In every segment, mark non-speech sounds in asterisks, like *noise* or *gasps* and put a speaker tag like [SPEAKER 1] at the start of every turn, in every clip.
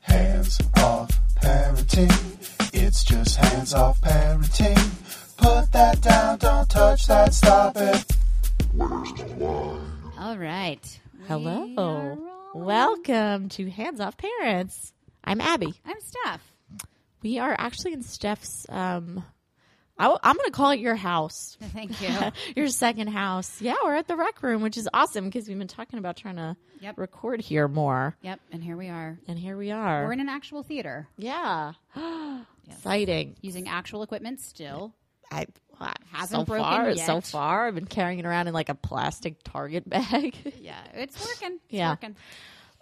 [SPEAKER 1] Hands off parenting. It's just hands off parenting. Put that down, don't touch that, stop it.
[SPEAKER 2] All right. We are
[SPEAKER 3] Hello.
[SPEAKER 2] rolling.
[SPEAKER 3] Welcome to Hands Off Parents. I'm Abby.
[SPEAKER 2] I'm Steph.
[SPEAKER 3] We are actually in Steph's. Um, I, am going to call it your house, *laughs*
[SPEAKER 2] Thank *laughs* you.
[SPEAKER 3] your second house. Yeah, we're at the rec room, which is awesome because we've been talking about trying to
[SPEAKER 2] Yep.
[SPEAKER 3] record here more,
[SPEAKER 2] yep. And here we are.
[SPEAKER 3] and here we are.
[SPEAKER 2] We're in an actual theater
[SPEAKER 3] yeah, *gasps* exciting.
[SPEAKER 2] using actual equipment still.
[SPEAKER 3] I, well, I
[SPEAKER 2] Hasn't
[SPEAKER 3] so
[SPEAKER 2] broken
[SPEAKER 3] far, so
[SPEAKER 2] yet.
[SPEAKER 3] far, I've been carrying it around in like a plastic Target bag. *laughs*
[SPEAKER 2] Yeah. It's working. It's
[SPEAKER 3] Yeah.
[SPEAKER 2] working.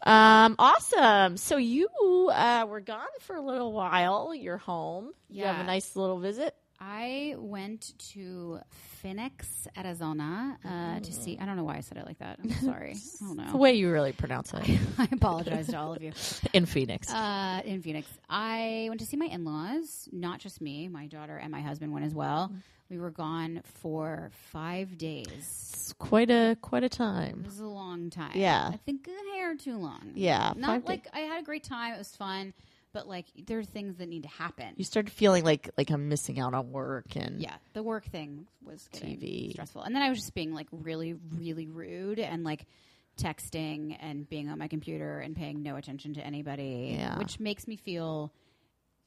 [SPEAKER 3] Um, awesome. So you uh, were gone for a little while. You're home. You have
[SPEAKER 2] Yeah.
[SPEAKER 3] a nice little visit.
[SPEAKER 2] I went to Phoenix, Arizona uh, to see. I don't know why I said it like that. I'm *laughs* sorry. I don't
[SPEAKER 3] It's the
[SPEAKER 2] know.
[SPEAKER 3] way you really pronounce
[SPEAKER 2] *laughs*
[SPEAKER 3] it
[SPEAKER 2] I apologize to all *laughs* of you.
[SPEAKER 3] in Phoenix.
[SPEAKER 2] Uh, in Phoenix, I went to see my in laws, not just me. My daughter and my husband went as well. We were gone for five days.
[SPEAKER 3] it's quite a quite a
[SPEAKER 2] It
[SPEAKER 3] time.
[SPEAKER 2] was a long time.
[SPEAKER 3] Yeah.
[SPEAKER 2] I think a hair too long.
[SPEAKER 3] Yeah, five
[SPEAKER 2] Not
[SPEAKER 3] days.
[SPEAKER 2] like I had a great time. It was fun, but like there are things that need to happen.
[SPEAKER 3] You started feeling like like I'm missing out on work and
[SPEAKER 2] Yeah, the work thing was getting
[SPEAKER 3] TV.
[SPEAKER 2] stressful, and then I was just being like really, really rude and like texting and being on my computer and paying no attention to anybody,
[SPEAKER 3] Yeah.
[SPEAKER 2] which makes me feel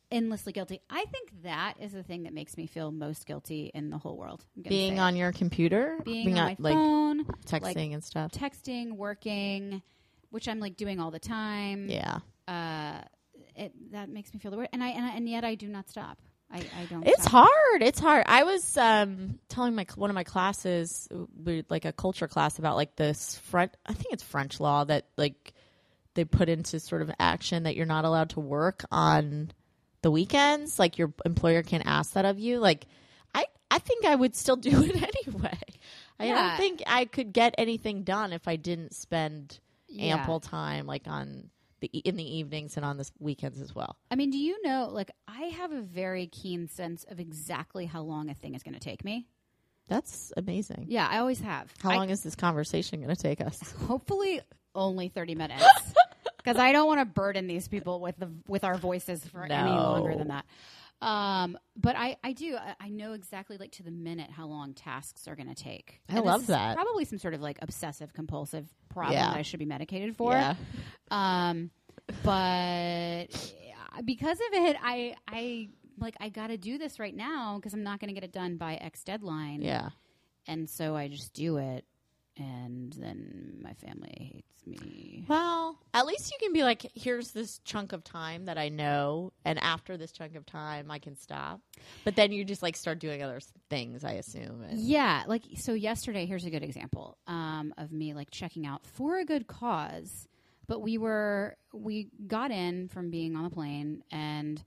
[SPEAKER 2] endlessly guilty. I think that is the thing that makes me feel most guilty in the whole world. I'm gonna
[SPEAKER 3] being
[SPEAKER 2] say.
[SPEAKER 3] on your computer,
[SPEAKER 2] being, on my phone,
[SPEAKER 3] texting
[SPEAKER 2] like,
[SPEAKER 3] and stuff.
[SPEAKER 2] texting, working, which I'm like doing all the time.
[SPEAKER 3] Yeah,
[SPEAKER 2] Uh, it, that makes me feel the word, and I and, I- and yet I do not stop. I, I don't.
[SPEAKER 3] it's
[SPEAKER 2] stop.
[SPEAKER 3] hard. It's hard. I was um, telling my one of my classes, we- like a culture class, about like this French. I think it's French law that like they put into sort of action that you're not allowed to work on the weekends. Like your employer can't ask that of you. Like I, I think I would still *laughs* do it anyway. I
[SPEAKER 2] Yeah.
[SPEAKER 3] don't think I could get anything done if I didn't spend
[SPEAKER 2] Yeah.
[SPEAKER 3] ample time like on the e- in the evenings and on the s- weekends as well.
[SPEAKER 2] I mean, do you know? Like, I have a very keen sense of exactly how long a thing is going to take me.
[SPEAKER 3] That's amazing.
[SPEAKER 2] Yeah, I always have.
[SPEAKER 3] How
[SPEAKER 2] I-
[SPEAKER 3] long is this conversation going to take *laughs* us?
[SPEAKER 2] Hopefully, only thirty
[SPEAKER 3] *laughs*
[SPEAKER 2] minutes. Because I don't want to burden these people with the with our voices for any longer
[SPEAKER 3] No.
[SPEAKER 2] than that. Um, but I I do I, I know exactly like to the minute how long tasks are going to take.
[SPEAKER 3] I
[SPEAKER 2] And this
[SPEAKER 3] love
[SPEAKER 2] is
[SPEAKER 3] that.
[SPEAKER 2] Probably some sort of like obsessive compulsive problem
[SPEAKER 3] Yeah.
[SPEAKER 2] that I should be medicated for. Um, but uh, because of it, I I like I got to do this right now because I'm not going to get it done by X deadline.
[SPEAKER 3] Yeah.
[SPEAKER 2] and so I just do it, and then my family hates me.
[SPEAKER 3] Well, at least you can be like, here's this chunk of time that I know, and after this chunk of time, I can stop. But then you just like start doing other s- things, I assume. and-
[SPEAKER 2] Yeah, like so yesterday, here's a good example um, of me like checking out for a good cause. But we were we got in from being on the plane and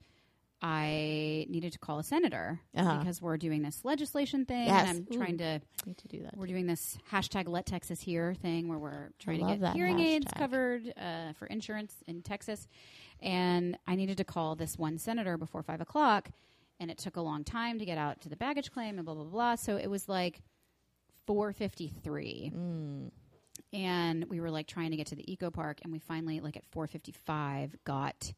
[SPEAKER 2] I needed to call a senator
[SPEAKER 3] Uh-huh.
[SPEAKER 2] because we're doing this legislation thing
[SPEAKER 3] Yes.
[SPEAKER 2] and I'm
[SPEAKER 3] Ooh.
[SPEAKER 2] trying to
[SPEAKER 3] I need to do that.
[SPEAKER 2] we're doing this hashtag let texas hear thing where we're trying to
[SPEAKER 3] love
[SPEAKER 2] get
[SPEAKER 3] that
[SPEAKER 2] hearing aids
[SPEAKER 3] hashtag.
[SPEAKER 2] covered uh, for insurance in texas and i needed to call this one senator before five o'clock and it took a long time to get out to the baggage claim and blah blah blah so it was like 453 and we were like trying to get to the eco park and we finally like at 455 got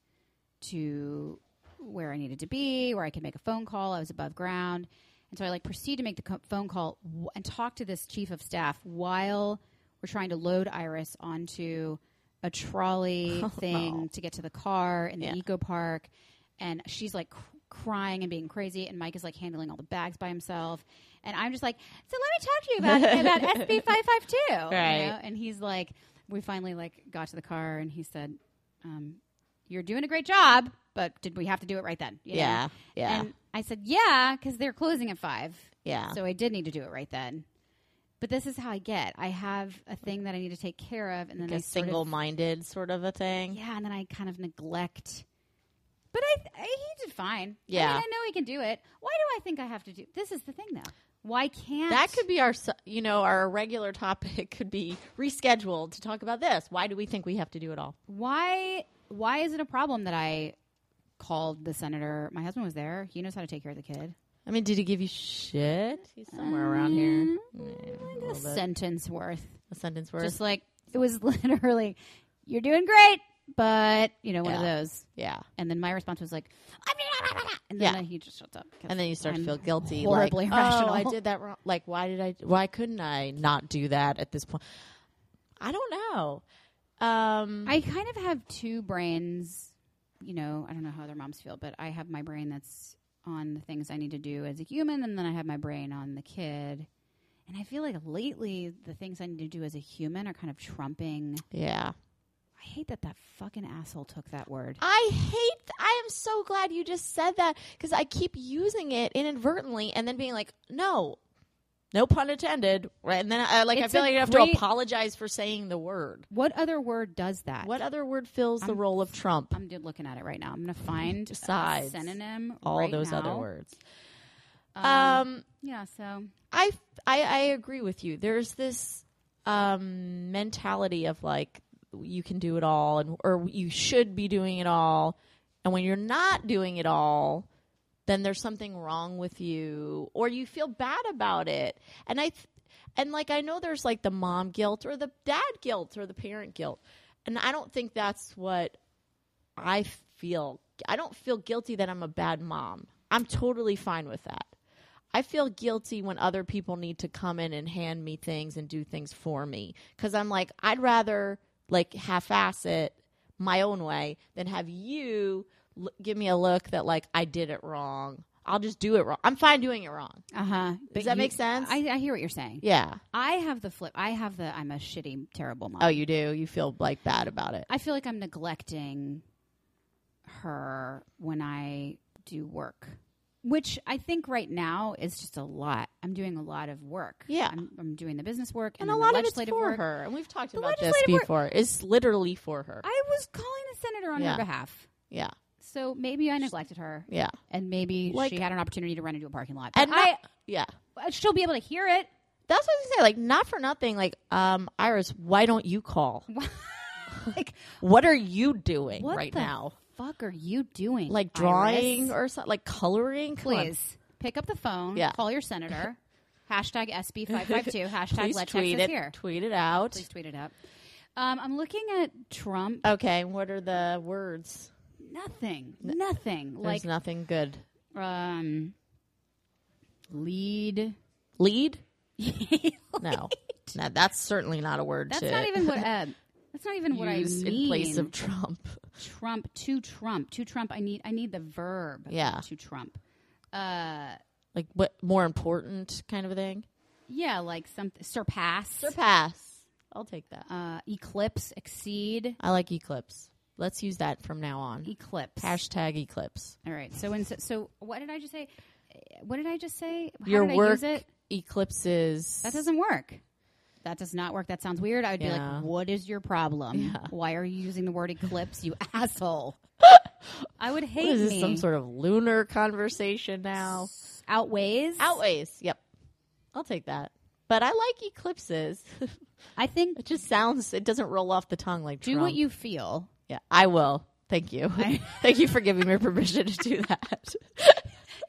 [SPEAKER 2] to where i needed to be where i could make a phone call i was above ground and so i like proceed to make the co- phone call w- and talk to this chief of staff while we're trying to load iris onto a trolley thing to get to the car in the
[SPEAKER 3] Yeah.
[SPEAKER 2] eco park and she's like cr- crying and being crazy and mike is like handling all the bags by himself and i'm just like so let me talk to you about, about sb 552
[SPEAKER 3] Right.
[SPEAKER 2] and he's like we finally like got to the car and he said um, you're doing a great job but did we have to do it right then You know?
[SPEAKER 3] Yeah. Yeah.
[SPEAKER 2] and i said yeah because they're closing at five
[SPEAKER 3] yeah.
[SPEAKER 2] so i did need to do it right then but this is how i get i have a thing that i need to take care of and then
[SPEAKER 3] like
[SPEAKER 2] i
[SPEAKER 3] a
[SPEAKER 2] sort of-
[SPEAKER 3] single minded sort of a thing.
[SPEAKER 2] yeah, and then I kind of neglect. But I, I he did fine. I,
[SPEAKER 3] Yeah.
[SPEAKER 2] mean, I know he can do it. Why do I think I have to do? This is the thing, though. Why can't
[SPEAKER 3] That could be our, su- you know, our regular topic could be rescheduled to talk about this. Why do we think we have to do it all?
[SPEAKER 2] Why? Why is it a problem that I called the senator? My husband was there. He knows how to take care of the kid.
[SPEAKER 3] I mean, did he give you shit? He's somewhere around here. Yeah, a
[SPEAKER 2] A
[SPEAKER 3] little bit.
[SPEAKER 2] sentence worth.
[SPEAKER 3] A sentence worth.
[SPEAKER 2] *laughs* Just like it was literally, you're doing great. but you know, one of
[SPEAKER 3] Yeah.
[SPEAKER 2] those.
[SPEAKER 3] Yeah.
[SPEAKER 2] And then my response was like, and
[SPEAKER 3] Yeah.
[SPEAKER 2] then he just shuts up. 'cause
[SPEAKER 3] And then you start
[SPEAKER 2] I'm
[SPEAKER 3] to feel guilty.
[SPEAKER 2] horribly
[SPEAKER 3] like,
[SPEAKER 2] irrational.
[SPEAKER 3] Oh, I did that wrong. Like, why did I? Why couldn't I not do that at this point? I don't know. Um,
[SPEAKER 2] I kind of have two brains. You know, I don't know how other moms feel, but I have my brain that's on the things I need to do as a human, and then I have my brain on the kid. And I feel like lately, the things I need to do as a human are kind of trumping.
[SPEAKER 3] yeah.
[SPEAKER 2] I hate that that fucking asshole took that word.
[SPEAKER 3] I hate. I am so glad you just said that because I keep using it inadvertently and then being like, no, no pun intended. Right, and then I like I
[SPEAKER 2] It's
[SPEAKER 3] feel
[SPEAKER 2] a
[SPEAKER 3] like you have
[SPEAKER 2] great-
[SPEAKER 3] to apologize for saying the word.
[SPEAKER 2] What other word does that?
[SPEAKER 3] What other word fills the
[SPEAKER 2] I'm-
[SPEAKER 3] role of Trump?
[SPEAKER 2] I'm d- looking at it right now. I'm gonna find a
[SPEAKER 3] Besides
[SPEAKER 2] synonym.
[SPEAKER 3] all
[SPEAKER 2] right
[SPEAKER 3] those other
[SPEAKER 2] now.
[SPEAKER 3] words.
[SPEAKER 2] Um,
[SPEAKER 3] Um,
[SPEAKER 2] yeah. So
[SPEAKER 3] I, I I agree with you. There's this um, mentality of like you can do it all, and or you should be doing it all. And when you're not doing it all, then there's something wrong with you, or you feel bad about it. And I, th- and like I know there's like the mom guilt or the dad guilt or the parent guilt, and I don't think that's what I feel. I don't feel guilty that I'm a bad mom. I'm totally fine with that. I feel guilty when other people need to come in and hand me things and do things for me because I'm like, I'd rather like half ass it my own way than have you l- give me a look that like I did it wrong. I'll just do it wrong. I'm fine doing it wrong.
[SPEAKER 2] uh huh.
[SPEAKER 3] Does that make sense?
[SPEAKER 2] I, I hear what you're saying.
[SPEAKER 3] yeah.
[SPEAKER 2] I have the flip. I have the I'm a shitty, terrible mom.
[SPEAKER 3] Oh, you do. You feel like bad about it.
[SPEAKER 2] I feel like I'm neglecting her when I do work, which I think right now is just a lot. I'm doing a lot of work.
[SPEAKER 3] Yeah.
[SPEAKER 2] I'm, I'm doing the business work and,
[SPEAKER 3] And a
[SPEAKER 2] then
[SPEAKER 3] lot
[SPEAKER 2] the
[SPEAKER 3] of it's
[SPEAKER 2] legislative
[SPEAKER 3] for
[SPEAKER 2] work.
[SPEAKER 3] her. And we've talked
[SPEAKER 2] The
[SPEAKER 3] about this
[SPEAKER 2] legislative work-
[SPEAKER 3] before. It's literally for her.
[SPEAKER 2] I was calling the senator on
[SPEAKER 3] Yeah.
[SPEAKER 2] her behalf,
[SPEAKER 3] yeah.
[SPEAKER 2] so maybe I neglected her,
[SPEAKER 3] Yeah.
[SPEAKER 2] and maybe
[SPEAKER 3] Like-
[SPEAKER 2] she had an opportunity to run into a parking lot.
[SPEAKER 3] And
[SPEAKER 2] And I, uh,
[SPEAKER 3] not- yeah.
[SPEAKER 2] she'll be able to hear it. *laughs*
[SPEAKER 3] That's what I was gonna say. Like, not for nothing. Like, um, Iris, why don't you call? *laughs*
[SPEAKER 2] Like,
[SPEAKER 3] What are you doing
[SPEAKER 2] what
[SPEAKER 3] right
[SPEAKER 2] the
[SPEAKER 3] now?
[SPEAKER 2] fuck are you doing?
[SPEAKER 3] Like
[SPEAKER 2] Iris?
[SPEAKER 3] drawing or something? Like coloring? Come on.
[SPEAKER 2] please pick up the phone.
[SPEAKER 3] Yeah.
[SPEAKER 2] Call your
[SPEAKER 3] *laughs*
[SPEAKER 2] senator. hashtag SB five five two. Hashtag
[SPEAKER 3] Please
[SPEAKER 2] Let
[SPEAKER 3] tweet
[SPEAKER 2] Texas
[SPEAKER 3] it.
[SPEAKER 2] Hear.
[SPEAKER 3] Tweet it out.
[SPEAKER 2] Please tweet it up. Um, I'm looking at Trump.
[SPEAKER 3] Okay. What are the words?
[SPEAKER 2] Nothing. Nothing.
[SPEAKER 3] There's
[SPEAKER 2] Like
[SPEAKER 3] nothing good.
[SPEAKER 2] um, lead. *laughs*
[SPEAKER 3] Lead? No. No, that's certainly not a word.
[SPEAKER 2] That's
[SPEAKER 3] to
[SPEAKER 2] not even what. Uh, that's not even what I
[SPEAKER 3] use
[SPEAKER 2] mean.
[SPEAKER 3] in place of Trump. *laughs*
[SPEAKER 2] Trump to Trump to Trump. I need. I need the verb.
[SPEAKER 3] Yeah.
[SPEAKER 2] To Trump. Uh,
[SPEAKER 3] Like what? More important kind of a thing.
[SPEAKER 2] yeah, like something surpass.
[SPEAKER 3] Surpass. I'll take that.
[SPEAKER 2] Uh, eclipse, exceed,
[SPEAKER 3] I like eclipse. Let's use that from now on.
[SPEAKER 2] eclipse.
[SPEAKER 3] Hashtag eclipse.
[SPEAKER 2] All right. So and so, so what did I just say? Uh, What did I just say? How
[SPEAKER 3] Your
[SPEAKER 2] did I
[SPEAKER 3] work
[SPEAKER 2] use it?
[SPEAKER 3] eclipses.
[SPEAKER 2] That doesn't work. That does not work. That sounds weird. I would be
[SPEAKER 3] Yeah.
[SPEAKER 2] like, "What is your problem? Why are you using the word eclipse, you *laughs* asshole?" I would hate
[SPEAKER 3] What is this
[SPEAKER 2] me.
[SPEAKER 3] some sort of lunar conversation now?
[SPEAKER 2] outweighs.
[SPEAKER 3] Outways. Yep. I'll take that. But I like eclipses. *laughs*
[SPEAKER 2] I think
[SPEAKER 3] it just sounds it doesn't roll off the tongue like
[SPEAKER 2] do
[SPEAKER 3] Trump.
[SPEAKER 2] what you feel. *laughs*
[SPEAKER 3] Yeah, I will. Thank you.
[SPEAKER 2] I-
[SPEAKER 3] *laughs* Thank you for giving me permission to do that.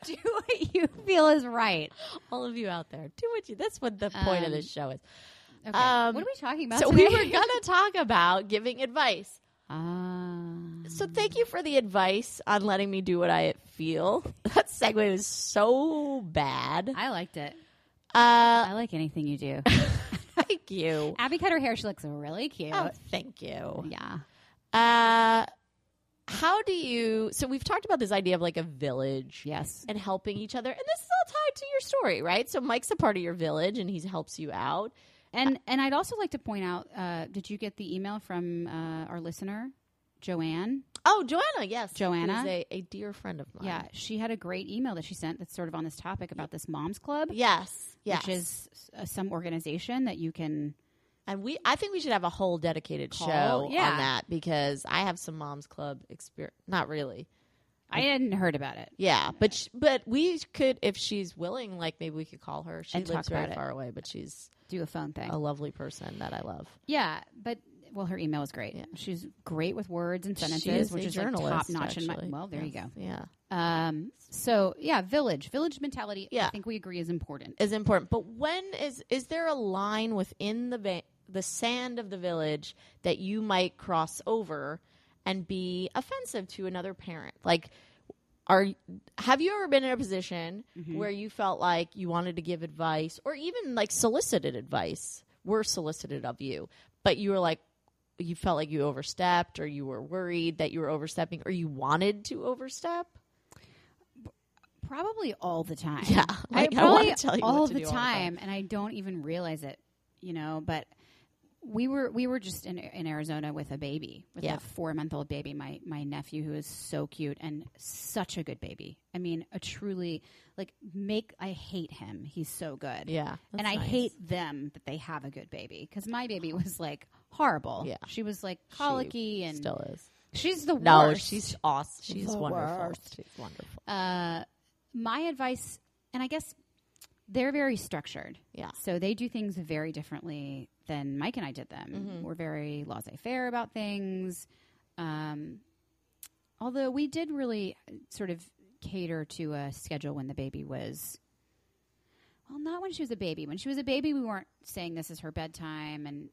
[SPEAKER 2] Do what you feel is right.
[SPEAKER 3] *laughs* All of you out there, do what you That's what the point of
[SPEAKER 2] Um,
[SPEAKER 3] this show is.
[SPEAKER 2] Okay.
[SPEAKER 3] Um,
[SPEAKER 2] what are we talking about?
[SPEAKER 3] So we
[SPEAKER 2] today?
[SPEAKER 3] were going *laughs* to talk about giving advice.
[SPEAKER 2] Ah.
[SPEAKER 3] So thank you for the advice on letting me do what I feel. *laughs* That segue was so bad.
[SPEAKER 2] I liked it.
[SPEAKER 3] Uh,
[SPEAKER 2] I like anything you do.
[SPEAKER 3] *laughs* thank you.
[SPEAKER 2] Abby cut her hair. She looks really cute.
[SPEAKER 3] Oh, thank you.
[SPEAKER 2] Yeah.
[SPEAKER 3] Uh, how do you? So we've talked about this idea of like a village,
[SPEAKER 2] Yes.
[SPEAKER 3] and helping each other, and this is all tied to your story, right? So Mike's a part of your village, and he helps you out.
[SPEAKER 2] And and I'd also like to point out, uh, did you get the email from uh, our listener, Joanne?
[SPEAKER 3] Oh, Joanna, yes,
[SPEAKER 2] Joanna?
[SPEAKER 3] who's a, a dear friend of mine.
[SPEAKER 2] Yeah, she had a great email that she sent that's sort of on this topic about this Moms Club,
[SPEAKER 3] yes, yes.
[SPEAKER 2] which is uh, some organization that you can.
[SPEAKER 3] and we, I think we should have a whole dedicated
[SPEAKER 2] Call,
[SPEAKER 3] show
[SPEAKER 2] yeah.
[SPEAKER 3] on that because I have some mom's club experience. Not really,
[SPEAKER 2] I hadn't heard about it.
[SPEAKER 3] yeah, but sh- but we could, if she's willing, like maybe we could call her. She
[SPEAKER 2] And talk
[SPEAKER 3] lives very
[SPEAKER 2] about it.
[SPEAKER 3] far away, but she's
[SPEAKER 2] Do a phone thing.
[SPEAKER 3] a lovely person that I love.
[SPEAKER 2] Yeah, but well, her email is great. She's great with words and sentences,
[SPEAKER 3] She is
[SPEAKER 2] which
[SPEAKER 3] a
[SPEAKER 2] is like
[SPEAKER 3] journalist,
[SPEAKER 2] top notch. In my
[SPEAKER 3] actually.
[SPEAKER 2] well, there you
[SPEAKER 3] Yes,
[SPEAKER 2] go.
[SPEAKER 3] Yeah.
[SPEAKER 2] Um, so yeah, village, village mentality. I
[SPEAKER 3] Yeah.
[SPEAKER 2] think we agree is important.
[SPEAKER 3] is important. But when is is there a line within the ba- the sand of the village that you might cross over and be offensive to another parent. Like, are have you ever been in a position
[SPEAKER 2] Mm-hmm.
[SPEAKER 3] where you felt like you wanted to give advice or even like solicited advice, were solicited of you, but you were like, you felt like you overstepped or you were worried that you were overstepping or you wanted to overstep?
[SPEAKER 2] Probably all the time. *laughs*
[SPEAKER 3] Yeah, like, I
[SPEAKER 2] I probably
[SPEAKER 3] wanna tell you
[SPEAKER 2] all
[SPEAKER 3] what
[SPEAKER 2] of
[SPEAKER 3] to
[SPEAKER 2] the
[SPEAKER 3] do all the
[SPEAKER 2] time, and I don't even realize it. You know, but we were we were just in in Arizona with a baby, with
[SPEAKER 3] Yeah.
[SPEAKER 2] a four month old baby, my my nephew who is so cute and such a good baby. I mean, a truly like make I hate him. He's so good.
[SPEAKER 3] Yeah.
[SPEAKER 2] and I hate them that they have a good baby because my baby was like horrible.
[SPEAKER 3] Yeah.
[SPEAKER 2] she was like colicky and
[SPEAKER 3] still is.
[SPEAKER 2] she's the
[SPEAKER 3] No,
[SPEAKER 2] worst.
[SPEAKER 3] she's awesome. She's
[SPEAKER 2] The
[SPEAKER 3] wonderful.
[SPEAKER 2] worst.
[SPEAKER 3] She's wonderful.
[SPEAKER 2] uh, my advice, and I guess they're very structured.
[SPEAKER 3] Yeah.
[SPEAKER 2] So they do things very differently than Mike and I did them.
[SPEAKER 3] Mm-hmm.
[SPEAKER 2] We're very laissez faire about things. Um, although we did really sort of cater to a schedule when the baby was. Well, not when she was a baby. When she was a baby, we weren't saying this is her bedtime, and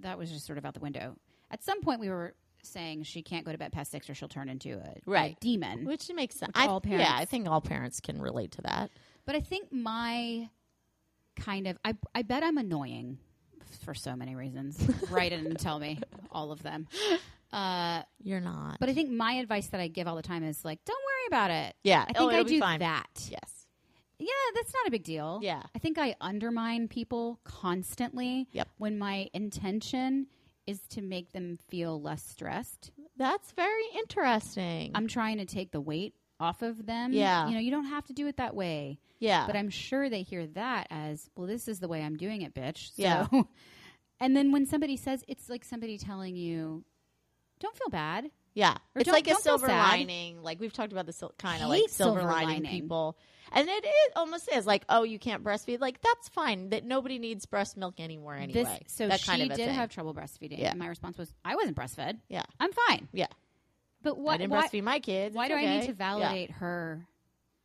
[SPEAKER 2] that was just sort of out the window. At some point, we were saying she can't go to bed past six or she'll turn into a, a
[SPEAKER 3] Right.
[SPEAKER 2] demon.
[SPEAKER 3] Which makes sense.
[SPEAKER 2] all
[SPEAKER 3] I, yeah, I
[SPEAKER 2] parents-
[SPEAKER 3] think all parents can relate to that.
[SPEAKER 2] But I think my kind of I I bet I'm annoying for so many
[SPEAKER 3] *laughs*
[SPEAKER 2] reasons. Write in and tell me all of them. Uh,
[SPEAKER 3] You're not.
[SPEAKER 2] but I think my advice that I give all the time is like, don't worry about it.
[SPEAKER 3] yeah,
[SPEAKER 2] I think
[SPEAKER 3] oh,
[SPEAKER 2] I
[SPEAKER 3] it'll be
[SPEAKER 2] do
[SPEAKER 3] fine.
[SPEAKER 2] that. Yeah.
[SPEAKER 3] Yes.
[SPEAKER 2] that's not a big deal.
[SPEAKER 3] Yeah.
[SPEAKER 2] I think I undermine people constantly.
[SPEAKER 3] Yep.
[SPEAKER 2] When my intention is to make them feel less stressed.
[SPEAKER 3] That's very interesting.
[SPEAKER 2] I'm trying to take the weight off of them.
[SPEAKER 3] Yeah.
[SPEAKER 2] You know, you don't have to do it that way.
[SPEAKER 3] yeah.
[SPEAKER 2] But I'm sure they hear that as, well, this is the way I'm doing it, bitch. So.
[SPEAKER 3] Yeah.
[SPEAKER 2] *laughs* and then when somebody says, it's like somebody telling you, don't feel bad.
[SPEAKER 3] yeah.
[SPEAKER 2] or
[SPEAKER 3] It's
[SPEAKER 2] don't-
[SPEAKER 3] like a
[SPEAKER 2] don't feel
[SPEAKER 3] silver
[SPEAKER 2] sad.
[SPEAKER 3] lining. Like we've talked about the sil- kind of
[SPEAKER 2] Hate
[SPEAKER 3] like silver,
[SPEAKER 2] silver
[SPEAKER 3] lining,
[SPEAKER 2] lining.
[SPEAKER 3] people. And it is almost is like, oh, you can't breastfeed. Like that's fine. That nobody needs breast milk anymore anyway.
[SPEAKER 2] this, so
[SPEAKER 3] that
[SPEAKER 2] she
[SPEAKER 3] kind of a
[SPEAKER 2] did
[SPEAKER 3] thing.
[SPEAKER 2] have trouble breastfeeding.
[SPEAKER 3] Yeah.
[SPEAKER 2] And my response was, I wasn't breastfed.
[SPEAKER 3] Yeah.
[SPEAKER 2] I'm fine.
[SPEAKER 3] Yeah.
[SPEAKER 2] But
[SPEAKER 3] I
[SPEAKER 2] what,
[SPEAKER 3] didn't
[SPEAKER 2] why,
[SPEAKER 3] breastfeed my kids.
[SPEAKER 2] why do
[SPEAKER 3] It's
[SPEAKER 2] I need
[SPEAKER 3] okay.
[SPEAKER 2] to
[SPEAKER 3] Yeah.
[SPEAKER 2] validate her?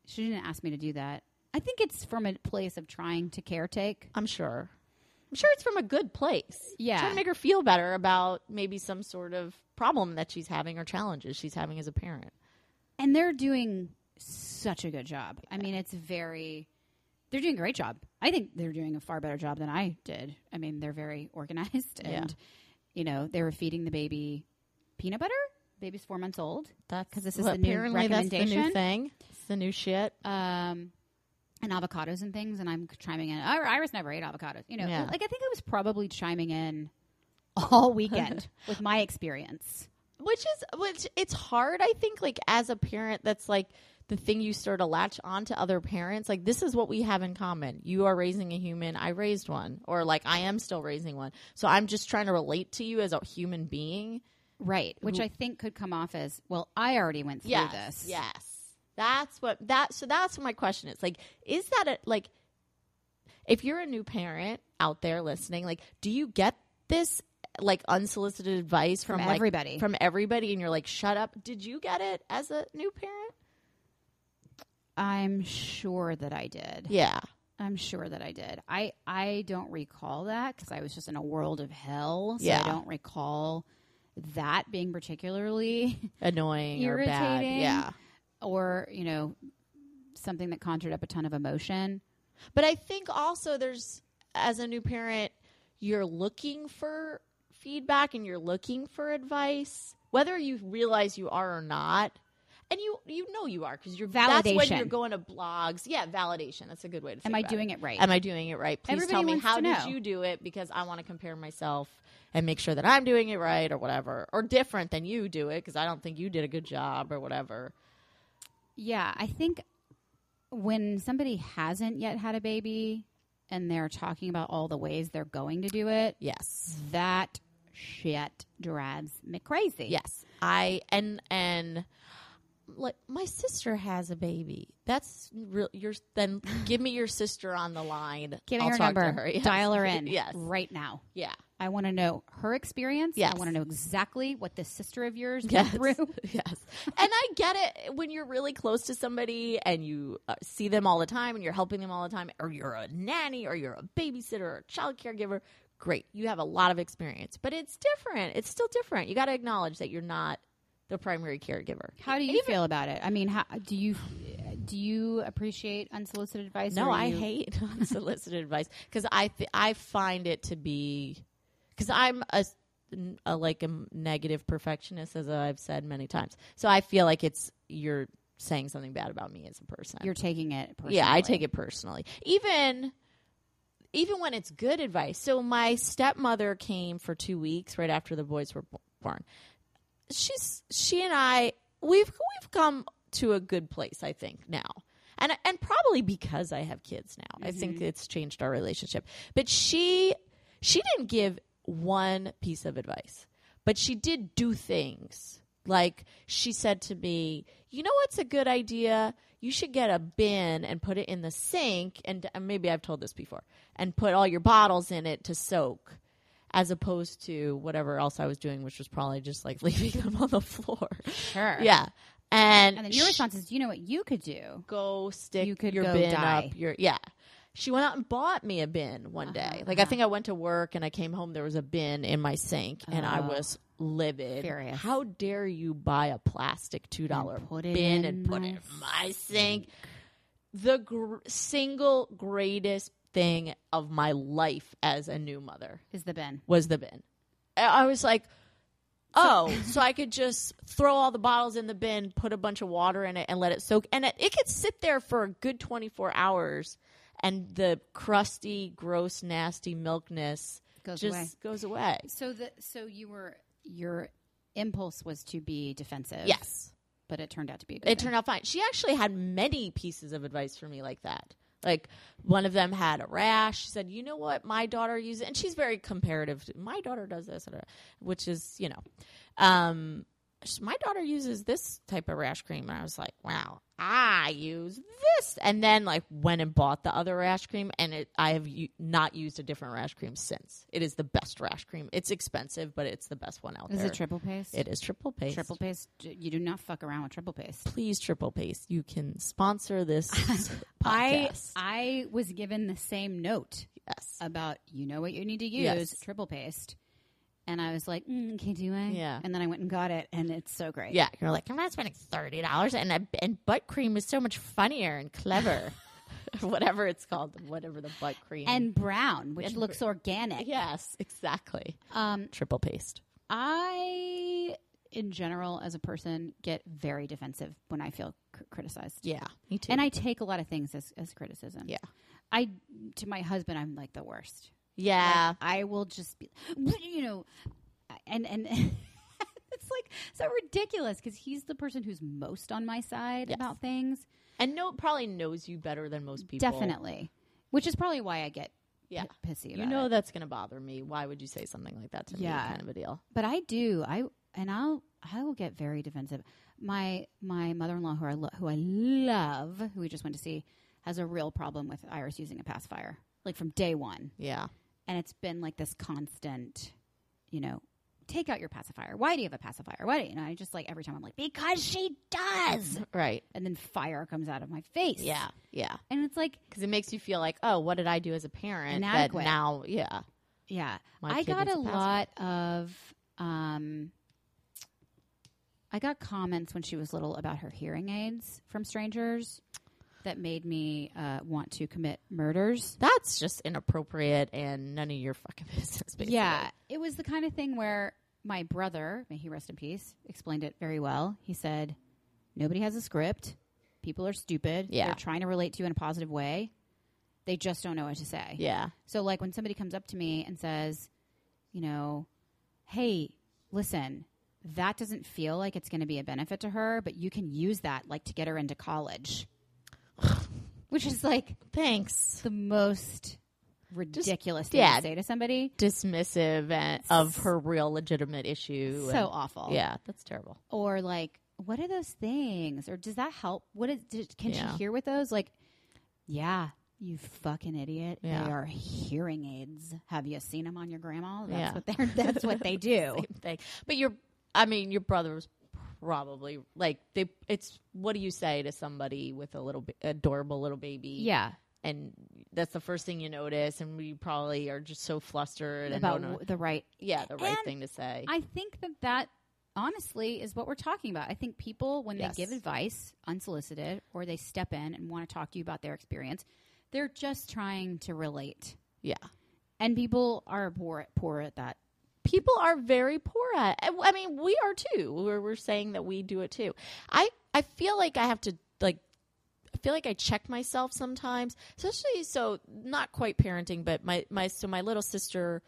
[SPEAKER 2] She didn't ask me to do that. I think it's from a place of trying to caretake.
[SPEAKER 3] I'm sure. I'm sure it's from a good place.
[SPEAKER 2] Yeah.
[SPEAKER 3] Trying to make her feel better about maybe some sort of problem that she's having or challenges she's having as a parent.
[SPEAKER 2] And they're doing such a good job. I mean, it's very they're doing a great job. I think they're doing a far better job than I did. I mean, they're very *laughs* organized
[SPEAKER 3] Yeah.
[SPEAKER 2] and you know, they were feeding the baby peanut butter. Baby's 4 months old.
[SPEAKER 3] That's
[SPEAKER 2] 'Cause this is
[SPEAKER 3] well,
[SPEAKER 2] the new
[SPEAKER 3] apparently that's the new
[SPEAKER 2] recommendation.
[SPEAKER 3] thing. It's the new shit.
[SPEAKER 2] Um and avocados and things, and I'm chiming in. "Oh, Iris never ate avocados, you know.
[SPEAKER 3] Yeah.
[SPEAKER 2] Like I think I was probably chiming in all
[SPEAKER 3] *laughs*
[SPEAKER 2] weekend with my experience.
[SPEAKER 3] which is which it's hard i think like as a parent that's like the thing you sort of latch on to other parents like this is what we have in common you are raising a human i raised one or like i am still raising one so i'm just trying to relate to you as a human being
[SPEAKER 2] Right, which I think could come off as, well, I already went through
[SPEAKER 3] yes
[SPEAKER 2] this.
[SPEAKER 3] yes that's what that so that's what my question is like is that a like if you're a new parent out there listening like do you get this like unsolicited advice from,
[SPEAKER 2] From
[SPEAKER 3] like,
[SPEAKER 2] everybody.
[SPEAKER 3] from everybody and you're like shut up did you get it as a new parent
[SPEAKER 2] I'm sure that I did.
[SPEAKER 3] Yeah.
[SPEAKER 2] I'm sure that I did. I I don't recall that because I was just in a world of hell. So
[SPEAKER 3] Yeah.
[SPEAKER 2] I don't recall that being particularly *laughs*
[SPEAKER 3] Annoying or bad.
[SPEAKER 2] Irritating.
[SPEAKER 3] Yeah.
[SPEAKER 2] or you know something that conjured up a ton of emotion.
[SPEAKER 3] But I think also there's as a new parent, you're looking for feedback and you're looking for advice, whether you realize you are or not. And you you know you are because you're That's when
[SPEAKER 2] Validation.
[SPEAKER 3] you're going to blogs. Yeah, validation. That's a good way to. Think
[SPEAKER 2] Am I
[SPEAKER 3] about
[SPEAKER 2] doing it right?
[SPEAKER 3] Am I doing it right? Please
[SPEAKER 2] Everybody
[SPEAKER 3] tell me
[SPEAKER 2] wants
[SPEAKER 3] how
[SPEAKER 2] to
[SPEAKER 3] did
[SPEAKER 2] know.
[SPEAKER 3] you do it because I want to compare myself and make sure that I'm doing it right or whatever, or different than you do it because I don't think you did a good job or whatever.
[SPEAKER 2] yeah, I think when somebody hasn't yet had a baby and they're talking about all the ways they're going to do it,
[SPEAKER 3] Yes.
[SPEAKER 2] that shit drives me crazy.
[SPEAKER 3] Yes. I and and like my sister has a baby. That's real. Your then give me your sister on the line.
[SPEAKER 2] *laughs* Give me
[SPEAKER 3] I'll
[SPEAKER 2] her
[SPEAKER 3] talk to
[SPEAKER 2] number.
[SPEAKER 3] *laughs* Yes.
[SPEAKER 2] Dial her in
[SPEAKER 3] Yes.
[SPEAKER 2] right now.
[SPEAKER 3] Yeah. *laughs*
[SPEAKER 2] I want to know her experience.
[SPEAKER 3] Yes.
[SPEAKER 2] I want to know exactly what this sister of yours
[SPEAKER 3] Yes.
[SPEAKER 2] went
[SPEAKER 3] *laughs*
[SPEAKER 2] through.
[SPEAKER 3] yes. And I get it when you're really close to somebody and you uh, see them all the time and you're helping them all the time, or you're a nanny, or you're a babysitter, or a child caregiver. Great. You have a lot of experience, but it's different. It's still different. You got to acknowledge that you're not the primary caregiver.
[SPEAKER 2] How do you feel about it? I mean, how, do you do you appreciate unsolicited advice?
[SPEAKER 3] No,
[SPEAKER 2] or
[SPEAKER 3] I
[SPEAKER 2] you-
[SPEAKER 3] hate
[SPEAKER 2] *laughs*
[SPEAKER 3] *laughs* unsolicited advice because I th- I find it to be because I'm a, s- n- a, like a negative perfectionist as I've said many times. So I feel like it's you're saying something bad about me as a person.
[SPEAKER 2] You're taking it. Personally.
[SPEAKER 3] yeah, I take it personally. Even even when it's good advice. So my stepmother came for 2 weeks right after the boys were bo- born. She's she and I we've we've come to a good place I think now. And and probably because I have kids now. I
[SPEAKER 2] Mm-hmm.
[SPEAKER 3] think it's changed our relationship. But she she didn't give one piece of advice. But she did do things. Like she said to me, "You know what's a good idea? You should get a bin and put it in the sink and and maybe I've told this before. And put all your bottles in it to soak." As opposed to whatever else I was doing, which was probably just like *laughs* leaving them on the floor.
[SPEAKER 2] Sure.
[SPEAKER 3] Yeah. And,
[SPEAKER 2] And then your
[SPEAKER 3] she-
[SPEAKER 2] response is, you know what you could do?
[SPEAKER 3] go stick
[SPEAKER 2] You could
[SPEAKER 3] your
[SPEAKER 2] go
[SPEAKER 3] bin
[SPEAKER 2] die.
[SPEAKER 3] up your yeah she went out and bought me a bin one
[SPEAKER 2] Uh-huh,
[SPEAKER 3] day like i think i went to work and i came home there was a bin in my sink and i
[SPEAKER 2] Oh.
[SPEAKER 3] was livid
[SPEAKER 2] Furious.
[SPEAKER 3] how dare you buy a plastic two dollar
[SPEAKER 2] put it in
[SPEAKER 3] bin and put
[SPEAKER 2] my
[SPEAKER 3] it in my sink the gr- single greatest thing of my life as a new mother
[SPEAKER 2] Is the bin?
[SPEAKER 3] was the bin. I I was like, oh, so I could just throw all the bottles in the bin, put a bunch of water in it, and let it soak. And it, it could sit there for a good 24 hours, and the crusty, gross, nasty milkness
[SPEAKER 2] Goes
[SPEAKER 3] just
[SPEAKER 2] away.
[SPEAKER 3] goes away.
[SPEAKER 2] So the so you were your impulse was to be defensive.
[SPEAKER 3] Yes.
[SPEAKER 2] but it turned out to be. A good
[SPEAKER 3] It turned out fine. She actually had many pieces of advice for me like that. Like one of them had a rash. She said, "You know what? My daughter uses, and she's very comparative. To, my daughter does this, and her- which is, you know, um, she- my daughter uses this type of rash cream." And I was like, "Wow, I use this." And then like went and bought the other rash cream, and it, I have u- not used a different rash cream since. It is the best rash cream. It's expensive, but it's the best one out
[SPEAKER 2] Is
[SPEAKER 3] there.
[SPEAKER 2] it triple paste?
[SPEAKER 3] It is triple paste
[SPEAKER 2] Triple paste. d- You do not fuck around with triple paste.
[SPEAKER 3] please triple paste you can sponsor this
[SPEAKER 2] *laughs* I
[SPEAKER 3] podcast
[SPEAKER 2] I was given the same note
[SPEAKER 3] yes
[SPEAKER 2] about you know what you need to use
[SPEAKER 3] Yes.
[SPEAKER 2] triple paste, and I was like, mm, okay, do I?
[SPEAKER 3] Yeah.
[SPEAKER 2] And then I went and got it, and it's so great.
[SPEAKER 3] yeah you're like i'm not spending $30 and a, and butt cream is so much funnier and
[SPEAKER 2] *laughs*
[SPEAKER 3] clever *laughs* whatever it's called whatever the butt cream
[SPEAKER 2] And brown, which
[SPEAKER 3] And
[SPEAKER 2] looks organic.
[SPEAKER 3] yes exactly
[SPEAKER 2] Um,
[SPEAKER 3] triple paste
[SPEAKER 2] I, in general, as a person, get very defensive when I feel cr- criticized.
[SPEAKER 3] yeah me too
[SPEAKER 2] And I take a lot of things as, as criticism.
[SPEAKER 3] Yeah.
[SPEAKER 2] I to my husband, I'm like the worst. Like,
[SPEAKER 3] yeah
[SPEAKER 2] I will just be, you know, and and *laughs* it's like so ridiculous because he's the person who's most on my side
[SPEAKER 3] Yes.
[SPEAKER 2] about things.
[SPEAKER 3] and no probably knows you better than most people
[SPEAKER 2] Definitely, which is probably why I get
[SPEAKER 3] yeah
[SPEAKER 2] p- pissy. About
[SPEAKER 3] you know
[SPEAKER 2] it.
[SPEAKER 3] that's gonna bother me why would you say something like that to
[SPEAKER 2] Yeah.
[SPEAKER 3] me kind of a deal
[SPEAKER 2] but I do. I and I'll I will get very defensive. My my mother in law who I lo- who I love who we just went to see has a real problem with Iris using a pacifier like from day one.
[SPEAKER 3] yeah
[SPEAKER 2] and it's been like this constant, you know, take out your pacifier. Why do you have a pacifier? Why do you? And I just like every time I'm like, because she does.
[SPEAKER 3] right
[SPEAKER 2] And then fire comes out of my face.
[SPEAKER 3] yeah yeah
[SPEAKER 2] And it's like,
[SPEAKER 3] because it makes you feel like oh what did i do as a parent
[SPEAKER 2] Inadequate.
[SPEAKER 3] that now yeah
[SPEAKER 2] yeah.
[SPEAKER 3] My
[SPEAKER 2] I
[SPEAKER 3] kid
[SPEAKER 2] got a
[SPEAKER 3] needs a
[SPEAKER 2] lot of, um, I got comments when she was little about her hearing aids from strangers that made me uh, want to commit murders.
[SPEAKER 3] that's just inappropriate and none of your fucking *laughs* business. Basically.
[SPEAKER 2] Yeah, it was the kind of thing where my brother, may he rest in peace, explained it very well. He said, "Nobody has a script. People are stupid.
[SPEAKER 3] Yeah.
[SPEAKER 2] They're trying to relate to you in a positive way. They just don't know what to say."
[SPEAKER 3] yeah,
[SPEAKER 2] So, like when somebody comes up to me and says, "You know, hey, listen." That doesn't feel like it's going to be a benefit to her, but you can use that like to get her into
[SPEAKER 3] *sighs*
[SPEAKER 2] college, which is like
[SPEAKER 3] thanks.
[SPEAKER 2] the most ridiculous thing
[SPEAKER 3] yeah.
[SPEAKER 2] to say to somebody.
[SPEAKER 3] Dismissive and, of her real legitimate issue.
[SPEAKER 2] So
[SPEAKER 3] and-
[SPEAKER 2] awful.
[SPEAKER 3] yeah, that's terrible.
[SPEAKER 2] or like what are those things or does that help what is did, can
[SPEAKER 3] Yeah.
[SPEAKER 2] she hear with those like yeah you fucking idiot
[SPEAKER 3] Yeah.
[SPEAKER 2] they are hearing aids have you seen them on your grandma that's
[SPEAKER 3] Yeah.
[SPEAKER 2] what they're *laughs* that's what
[SPEAKER 3] *laughs*
[SPEAKER 2] they do
[SPEAKER 3] Same thing. But your, I mean, your brother was probably like they. It's what do you say to somebody with a little ba- adorable little baby?
[SPEAKER 2] yeah
[SPEAKER 3] and that's the first thing you notice, and we probably are just so flustered and
[SPEAKER 2] about
[SPEAKER 3] don't know.
[SPEAKER 2] w- the right
[SPEAKER 3] Yeah, the right
[SPEAKER 2] and
[SPEAKER 3] thing to say.
[SPEAKER 2] i think that that honestly is what we're talking about. I think people, when
[SPEAKER 3] Yes.
[SPEAKER 2] they give advice unsolicited or they step in and want to talk to you about their experience, they're just trying to relate.
[SPEAKER 3] Yeah.
[SPEAKER 2] And people are poor, poor at that.
[SPEAKER 3] people are very poor at. eh, I I mean, we are too. We're, we're saying that we do it too. I I feel like I have to like. I feel like I check myself sometimes, especially so not quite parenting, but my my so my little sister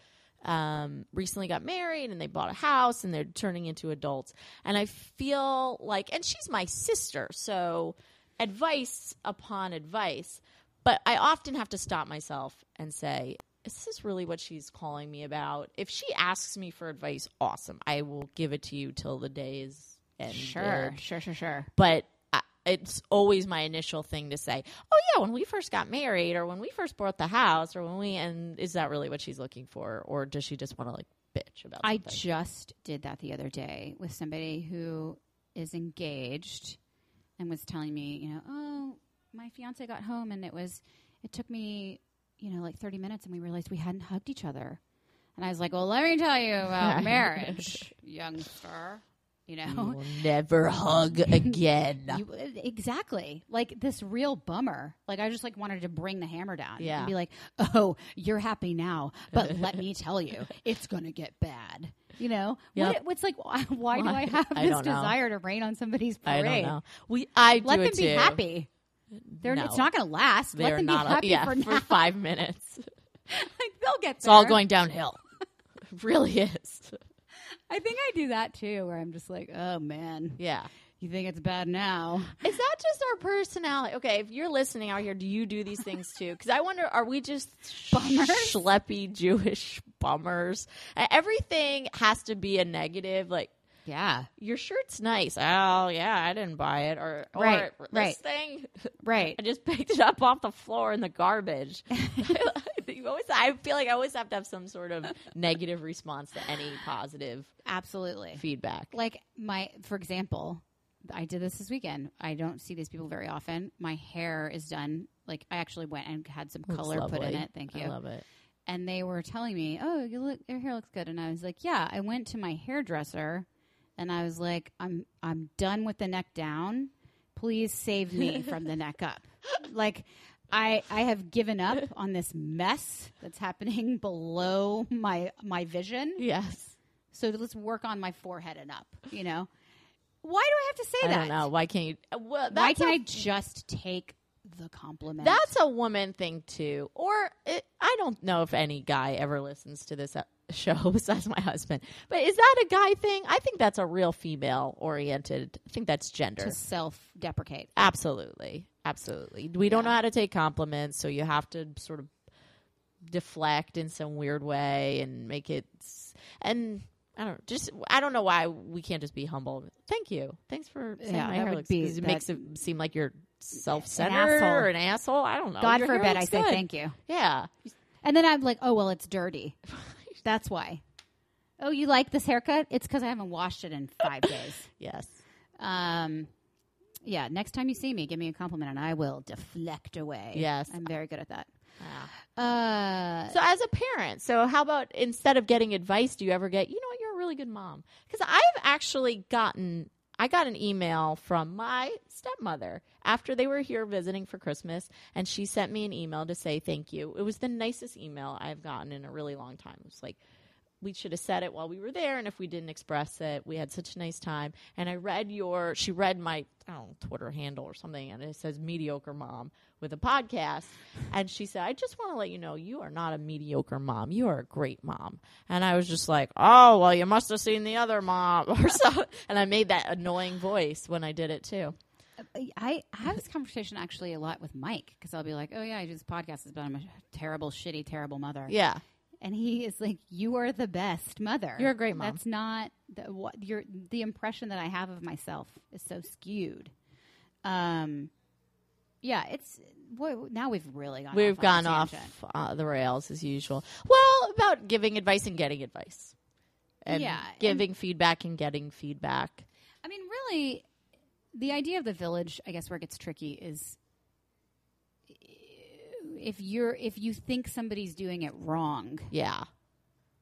[SPEAKER 3] um recently got married and they bought a house and they're turning into adults and i feel like and she's my sister so advice upon advice but i often have to stop myself and say is this really what she's calling me about if she asks me for advice awesome i will give it to you till the day is ended
[SPEAKER 2] sure, sure, sure.
[SPEAKER 3] but I, it's always my initial thing to say, "Oh yeah, when we first got married, or when we first bought the house, or when we..." And is that really what she's looking for, or does she just want to like bitch about?
[SPEAKER 2] I
[SPEAKER 3] something?
[SPEAKER 2] just did that the other day with somebody who is engaged and was telling me, you know, oh, my fiance got home and it was, it took me, you know, like 30 minutes and we realized we hadn't hugged each other. And I was like, well, let me tell you about marriage, youngster. You
[SPEAKER 3] You
[SPEAKER 2] know,
[SPEAKER 3] will
[SPEAKER 2] *laughs*
[SPEAKER 3] never hug again.
[SPEAKER 2] You- eh, exactly. Like this real bummer. Like I just like wanted to bring the hammer down.
[SPEAKER 3] Yeah.
[SPEAKER 2] And be like, oh, you're happy now, but
[SPEAKER 3] *laughs*
[SPEAKER 2] let me tell you, it's gonna get bad. You know.
[SPEAKER 3] Yep.
[SPEAKER 2] What, what's like? Why, *laughs* why do
[SPEAKER 3] Why?
[SPEAKER 2] I have
[SPEAKER 3] I
[SPEAKER 2] this
[SPEAKER 3] don't know.
[SPEAKER 2] desire to rain on somebody's
[SPEAKER 3] I
[SPEAKER 2] parade?
[SPEAKER 3] don't know. We I
[SPEAKER 2] Let
[SPEAKER 3] do
[SPEAKER 2] them
[SPEAKER 3] it
[SPEAKER 2] be
[SPEAKER 3] too.
[SPEAKER 2] happy. They're,
[SPEAKER 3] No.
[SPEAKER 2] It's not gonna last.
[SPEAKER 3] They're
[SPEAKER 2] let them
[SPEAKER 3] not
[SPEAKER 2] be happy
[SPEAKER 3] yeah, *laughs*
[SPEAKER 2] for now.
[SPEAKER 3] five minutes. It's
[SPEAKER 2] like, *laughs* they'll get. It's
[SPEAKER 3] all going downhill. *laughs* It really is.
[SPEAKER 2] I think I do that too, where I'm just like, oh man,
[SPEAKER 3] Yeah.
[SPEAKER 2] you think it's bad now?
[SPEAKER 3] Is that just our personality? Okay, if you're listening out here, do you do these things too? Because I wonder, are we just
[SPEAKER 2] Bummers?
[SPEAKER 3] schleppy Jewish bummers? Uh, Everything has to be a negative. Like
[SPEAKER 2] Yeah.
[SPEAKER 3] your shirt's nice. Oh yeah, I didn't buy it. Or, or
[SPEAKER 2] Right,
[SPEAKER 3] this
[SPEAKER 2] right.
[SPEAKER 3] thing, *laughs*
[SPEAKER 2] Right.
[SPEAKER 3] I just picked it up off the floor in
[SPEAKER 2] *laughs*
[SPEAKER 3] the garbage. *laughs* you always, I feel like I always have to have some sort of negative response to any positive
[SPEAKER 2] Absolutely.
[SPEAKER 3] feedback.
[SPEAKER 2] like my for example i did this this weekend i don't see these people very often my hair is done like i actually went and had some
[SPEAKER 3] Looks
[SPEAKER 2] color put in
[SPEAKER 3] lovely.
[SPEAKER 2] it thank you
[SPEAKER 3] I love it.
[SPEAKER 2] and they were telling me oh you look your hair looks good and i was like yeah i went to my hairdresser and i was like i'm i'm done with the neck down please save
[SPEAKER 3] *laughs*
[SPEAKER 2] me from the neck up like I, I have given up on this mess that's happening *laughs* below my my vision
[SPEAKER 3] Yes.
[SPEAKER 2] so let's work on my forehead and up, you know? Why do I have to say
[SPEAKER 3] I
[SPEAKER 2] that?
[SPEAKER 3] don't know. Why can't you? Well, that's
[SPEAKER 2] Why can't
[SPEAKER 3] a-
[SPEAKER 2] I just take the compliment?
[SPEAKER 3] That's a woman thing too. Or it, I don't know if any guy ever listens to this uh, show *laughs* besides my husband. But is that a guy thing? I think that's a real female oriented. I think that's gender.
[SPEAKER 2] to self deprecate.
[SPEAKER 3] Absolutely. Absolutely. We don't know how to take compliments, so you have to sort of deflect in some weird way and make it s- and I don't just I don't know why we can't just be humble. Thank you. Thanks for saying
[SPEAKER 2] Yeah,
[SPEAKER 3] my
[SPEAKER 2] that
[SPEAKER 3] hair
[SPEAKER 2] would
[SPEAKER 3] looks
[SPEAKER 2] be-
[SPEAKER 3] because it
[SPEAKER 2] that-
[SPEAKER 3] makes it seem like you're self-centered
[SPEAKER 2] asshole.
[SPEAKER 3] or an asshole. I don't know.
[SPEAKER 2] God
[SPEAKER 3] Oh, Your hair
[SPEAKER 2] forbid I
[SPEAKER 3] looks
[SPEAKER 2] say
[SPEAKER 3] good.
[SPEAKER 2] thank you.
[SPEAKER 3] Yeah.
[SPEAKER 2] And then I'm like, oh, well, it's dirty. *laughs* That's why. Oh, you like this haircut? It's because I haven't washed it in five days.
[SPEAKER 3] *coughs* Yes.
[SPEAKER 2] Um, yeah, next time you see me, give me a compliment and I will deflect away.
[SPEAKER 3] Yes.
[SPEAKER 2] I'm very good at that. Uh,
[SPEAKER 3] So as a parent, so how about instead of getting advice, do you ever get, you know what, you're a really good mom? Because I've actually gotten I got an email from my stepmother after they were here visiting for Christmas, and she sent me an email to say thank you. It was the nicest email I've gotten in a really long time. It was like, we should have said it while we were there and if we didn't express it we had such a nice time and i read your she read my I don't know, twitter handle or something and it says mediocre mom with a podcast and she said i just want to let you know you are not a mediocre mom you are a great mom and i was just like oh well you must have seen the other mom *laughs* or so and i made that annoying voice when i did it too
[SPEAKER 2] I I
[SPEAKER 3] *laughs*
[SPEAKER 2] have this conversation actually a lot with Mike because I'll be like, "Oh yeah, I do this podcast, but I'm a terrible, shitty, terrible mother."
[SPEAKER 3] yeah
[SPEAKER 2] and he is like, "You are the best mother.
[SPEAKER 3] You're a great mom."
[SPEAKER 2] That's not the, what you're. The impression that I have of myself is so skewed. Um, yeah, it's boy, now we've really gone.
[SPEAKER 3] we've
[SPEAKER 2] off on a
[SPEAKER 3] gone off
[SPEAKER 2] tangent.
[SPEAKER 3] uh, the rails as usual. Well, about giving advice and getting advice, and
[SPEAKER 2] Yeah, and-
[SPEAKER 3] giving feedback and getting feedback.
[SPEAKER 2] I mean, really, the idea of the village, I guess, where it gets tricky is if you're if you think somebody's doing it wrong.
[SPEAKER 3] Yeah,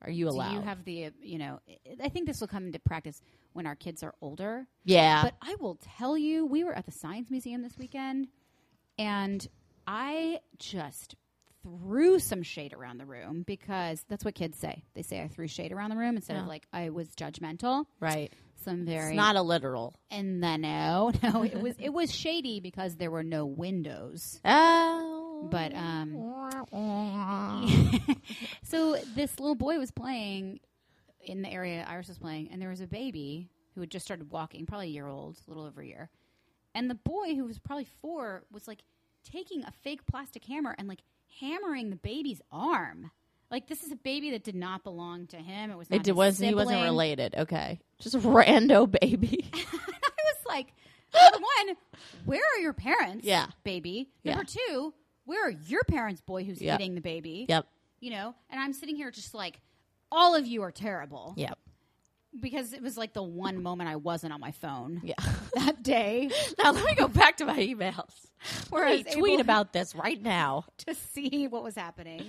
[SPEAKER 3] Are you allowed?
[SPEAKER 2] Do you have the, uh, you know, I- I think this will come into practice when our kids are older.
[SPEAKER 3] yeah.
[SPEAKER 2] But I will tell you, we were at the Science Museum this weekend, and I just threw some shade around the room because that's what kids say. They say I threw shade around the room instead of
[SPEAKER 3] Yeah.
[SPEAKER 2] like I was judgmental.
[SPEAKER 3] right.
[SPEAKER 2] Some very
[SPEAKER 3] It's not a literal.
[SPEAKER 2] and then no, *laughs* no, it was it was shady because there were no windows.
[SPEAKER 3] Oh.
[SPEAKER 2] But um, so this little boy was playing in the area Iris was playing, and there was a baby who had just started walking, probably a year old, a little over a year. And the boy, who was probably four, was like taking a fake plastic hammer and like hammering the baby's arm. Like this is a baby that did not belong to him. It was not
[SPEAKER 3] it
[SPEAKER 2] his
[SPEAKER 3] was he wasn't
[SPEAKER 2] sibling.
[SPEAKER 3] related. Okay. Just a rando baby. *laughs*
[SPEAKER 2] I was like, number one, where are your parents?
[SPEAKER 3] Yeah.
[SPEAKER 2] baby.
[SPEAKER 3] Yeah.
[SPEAKER 2] Number two, where are your parents, boy, who's
[SPEAKER 3] Yep.
[SPEAKER 2] hitting the baby?
[SPEAKER 3] yep.
[SPEAKER 2] You know, and I'm sitting here just like, all of you are terrible.
[SPEAKER 3] Yep.
[SPEAKER 2] Because it was like the one moment I wasn't on my phone
[SPEAKER 3] Yeah.
[SPEAKER 2] that day
[SPEAKER 3] *laughs*
[SPEAKER 2] *laughs*
[SPEAKER 3] now let me go back to my emails.
[SPEAKER 2] Where I
[SPEAKER 3] Let
[SPEAKER 2] was
[SPEAKER 3] me
[SPEAKER 2] able-
[SPEAKER 3] tweet about this right now.
[SPEAKER 2] to see what was happening.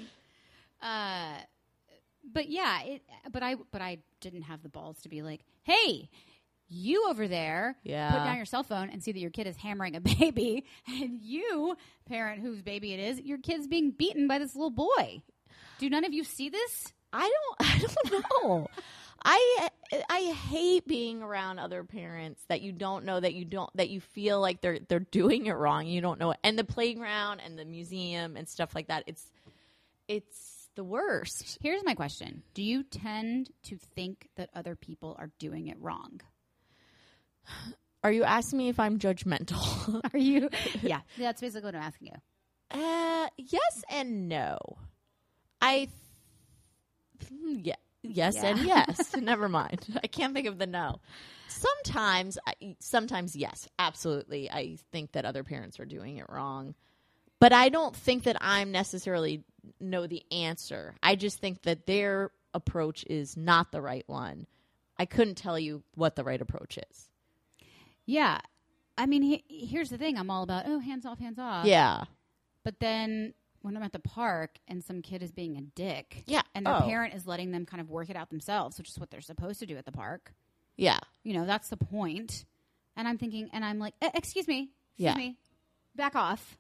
[SPEAKER 2] Uh, but yeah, it, but I but I didn't have the balls to be like, hey. You over there,
[SPEAKER 3] Yeah.
[SPEAKER 2] put down your cell phone and see that your kid is hammering a baby, *laughs* and you, parent whose baby it is, your kid's being beaten by this little boy. Do none of you see this?
[SPEAKER 3] *laughs* I don't. I don't know. I I hate being around other parents that you don't know that you don't that you feel like they're they're doing it wrong. You don't know it. And the playground and the museum and stuff like that. It's it's the worst.
[SPEAKER 2] Here's my question: Do you tend to think that other people are doing it wrong?
[SPEAKER 3] Are you asking me if I'm judgmental? *laughs*
[SPEAKER 2] *laughs* Are you? yeah, that's basically what I'm asking you.
[SPEAKER 3] uh, yes and no. I th- hmm, yeah. Yes and yes. Never mind. I can't think of the no. Sometimes, I, sometimes yes, absolutely. I think that other parents are doing it wrong, but I don't think that I'm necessarily know the answer. I just think that their approach is not the right one. I couldn't tell you what the right approach is.
[SPEAKER 2] Yeah. I mean, he, here's the thing. I'm all about, oh, hands off, hands off.
[SPEAKER 3] yeah,
[SPEAKER 2] But then when I'm at the park and some kid is being a dick.
[SPEAKER 3] Yeah.
[SPEAKER 2] And their
[SPEAKER 3] Oh.
[SPEAKER 2] parent is letting them kind of work it out themselves, which is what they're supposed to do at the park.
[SPEAKER 3] yeah,
[SPEAKER 2] You know, that's the point. And I'm thinking, and I'm like, "Eh, excuse me. Excuse
[SPEAKER 3] Yeah.
[SPEAKER 2] me. Back off.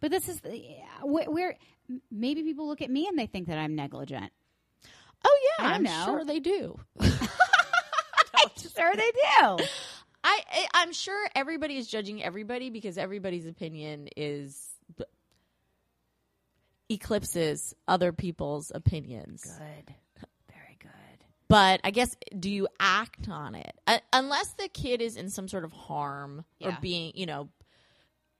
[SPEAKER 2] But this is the, where, where m- maybe people look at me and they think that I'm negligent.
[SPEAKER 3] oh yeah.
[SPEAKER 2] I
[SPEAKER 3] I'm
[SPEAKER 2] know.
[SPEAKER 3] sure they do.
[SPEAKER 2] *laughs* Sure, they do.
[SPEAKER 3] I, I I'm sure everybody is judging everybody because everybody's opinion is b- eclipses other people's opinions.
[SPEAKER 2] Good. Very good.
[SPEAKER 3] But I guess do you act on it? Uh, unless the kid is in some sort of harm or
[SPEAKER 2] Yeah.
[SPEAKER 3] being, you know,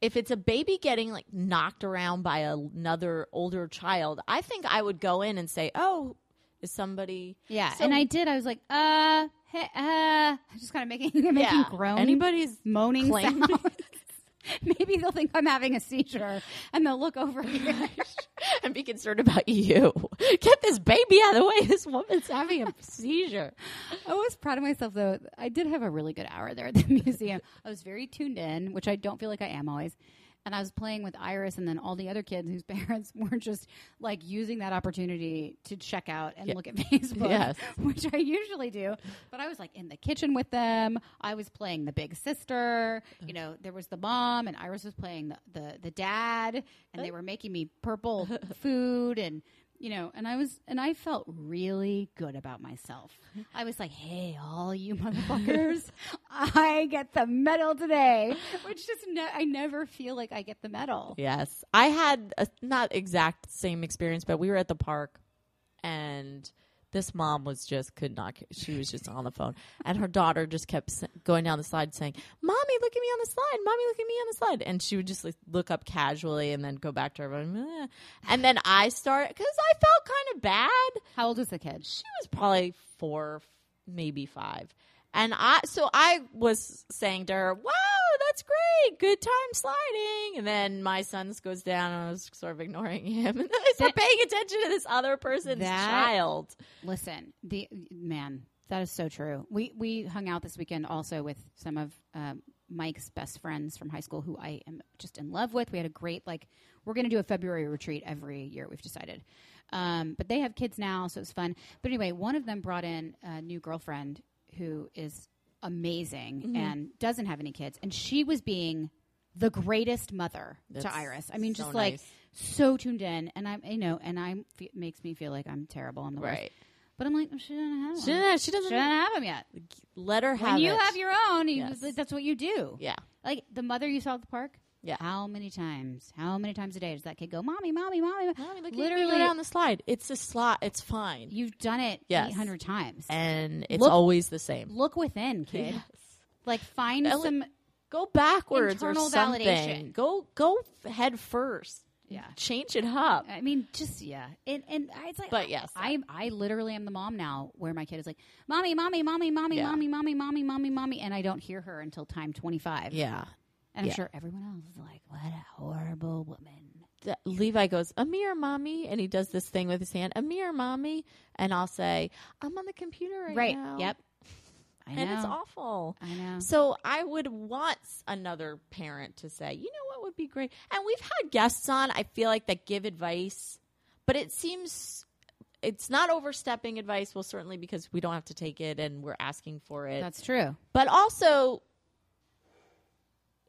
[SPEAKER 3] if it's a baby getting like knocked around by another older child, I think I would go in and say, "Oh, is somebody
[SPEAKER 2] Yeah,
[SPEAKER 3] So-
[SPEAKER 2] and I did. I was like, uh, hey, uh, just kind of making *laughs* making
[SPEAKER 3] Yeah.
[SPEAKER 2] groan,
[SPEAKER 3] Anybody's
[SPEAKER 2] moaning
[SPEAKER 3] claim-
[SPEAKER 2] sounds. *laughs* Maybe they'll think I'm having a seizure, and they'll look over
[SPEAKER 3] *laughs*
[SPEAKER 2] here.
[SPEAKER 3] and be concerned about you. *laughs* Get this baby out of the way. This woman's having a seizure.
[SPEAKER 2] I was proud of myself though. I did have a really good hour there at the *laughs* museum. I was very tuned in, which I don't feel like I am always. And I was playing with Iris and then all the other kids whose *laughs* parents were just like using that opportunity to check out and look at *laughs* Facebook,
[SPEAKER 3] Yes.
[SPEAKER 2] which I usually do. But I was like in the kitchen with them. I was playing the big sister. You know, there was the mom and Iris was playing the, the, the dad and they were making me purple food and you know, and I was, and I felt really good about myself. I was like, "Hey, all you motherfuckers, I get the medal today," which just ne- I never feel like I get the medal.
[SPEAKER 3] Yes. I had a, not exact same experience, but we were at the park and this mom was just could not ca- she was just on the phone and her daughter just kept s- going down the slide saying mommy look at me on the slide mommy look at me on the slide and she would just like, look up casually and then go back to her phone "Eh." and then i start because i felt kind of bad
[SPEAKER 2] How old is the kid?
[SPEAKER 3] she was probably four, maybe five. And I, so I was saying to her, wow, that's great. Good time sliding. And then my son goes down and I was sort of ignoring him. *laughs* And then I start paying attention to this other person's
[SPEAKER 2] That-
[SPEAKER 3] child.
[SPEAKER 2] Listen, the man, that is so true. We we hung out this weekend also with some of um, Mike's best friends from high school who I am just in love with. We had a great like we're going to do a February retreat every year. We've decided, um, but they have kids now, so it's fun. But anyway, one of them brought in a new girlfriend who is amazing
[SPEAKER 3] Mm-hmm.
[SPEAKER 2] and doesn't have any kids, and she was being the greatest mother to
[SPEAKER 3] That's
[SPEAKER 2] Iris. I mean,
[SPEAKER 3] so
[SPEAKER 2] just like
[SPEAKER 3] nice.
[SPEAKER 2] so tuned in, and I'm you know, and I'm it makes me feel like I'm terrible on the worst.
[SPEAKER 3] Right.
[SPEAKER 2] But I'm like, "Oh, she doesn't have.
[SPEAKER 3] She
[SPEAKER 2] one.
[SPEAKER 3] doesn't, she
[SPEAKER 2] She
[SPEAKER 3] doesn't
[SPEAKER 2] doesn't have them yet.
[SPEAKER 3] let her have
[SPEAKER 2] When you
[SPEAKER 3] it.
[SPEAKER 2] have your own, you,
[SPEAKER 3] Yes.
[SPEAKER 2] that's what you do.
[SPEAKER 3] yeah.
[SPEAKER 2] Like the mother you saw at the park.
[SPEAKER 3] Yeah.
[SPEAKER 2] How many times? How many times a day does that kid go, "Mommy, mommy, mommy"?
[SPEAKER 3] Mommy, look literally
[SPEAKER 2] Literally,
[SPEAKER 3] down the slide. It's a slot. It's fine.
[SPEAKER 2] you've done it
[SPEAKER 3] Yes.
[SPEAKER 2] 800 times.
[SPEAKER 3] and it's
[SPEAKER 2] Look-
[SPEAKER 3] always the same.
[SPEAKER 2] Look within, kid.
[SPEAKER 3] Yes.
[SPEAKER 2] Like find
[SPEAKER 3] Ele-
[SPEAKER 2] some.
[SPEAKER 3] Go backwards
[SPEAKER 2] Internal
[SPEAKER 3] or something.
[SPEAKER 2] validation.
[SPEAKER 3] Go go f- head first.
[SPEAKER 2] Yeah.
[SPEAKER 3] Change it up.
[SPEAKER 2] I mean, just yeah, and and I, it's like,
[SPEAKER 3] But yes.
[SPEAKER 2] I I literally am the mom now, where my kid is like, "Mommy, mommy, mommy, mommy,
[SPEAKER 3] Yeah.
[SPEAKER 2] mommy, mommy, mommy, mommy, mommy," and I don't hear her until time 25.
[SPEAKER 3] Yeah.
[SPEAKER 2] And I'm
[SPEAKER 3] Yeah.
[SPEAKER 2] sure everyone else is like, what a horrible woman.
[SPEAKER 3] the- Levi goes, Amir, mommy. And he does this thing with his hand, Amir, mommy. And I'll say, I'm on the computer right,
[SPEAKER 2] Right.
[SPEAKER 3] now.
[SPEAKER 2] Yep. I know. Uh-huh.
[SPEAKER 3] And it's awful.
[SPEAKER 2] I know.
[SPEAKER 3] So I would want another parent to say, you know what would be great? And we've had guests on, I feel like, that give advice, but it seems it's not overstepping advice. Well, certainly because we don't have to take it and we're asking for it.
[SPEAKER 2] That's true.
[SPEAKER 3] but also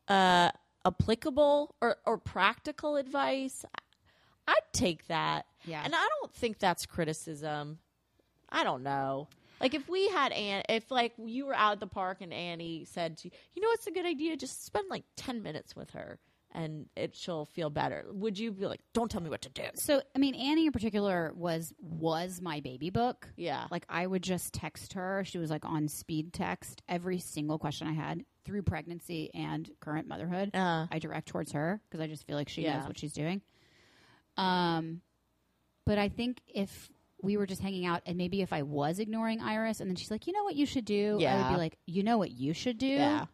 [SPEAKER 3] uh, applicable or, or practical advice. I- I'd take that.
[SPEAKER 2] Yeah.
[SPEAKER 3] And I don't think that's criticism. I don't know. Like if we had Ann, if like you were out at the park and Annie said to you, you know what's a good idea? Just spend like ten minutes with her, and it she'll feel better. Would you be like, don't tell me what to do?
[SPEAKER 2] So, I mean, Annie in particular was was my baby book.
[SPEAKER 3] Yeah.
[SPEAKER 2] Like I would just text her. She was like on speed text every single question I had through pregnancy and current motherhood.
[SPEAKER 3] Uh,
[SPEAKER 2] I direct towards her because I just feel like she knows
[SPEAKER 3] Yeah.
[SPEAKER 2] what she's doing. Um, but I think if we were just hanging out and maybe if I was ignoring Iris and then she's like, you know what you should do? I would
[SPEAKER 3] Yeah.
[SPEAKER 2] be like, you know what you should do?
[SPEAKER 3] yeah.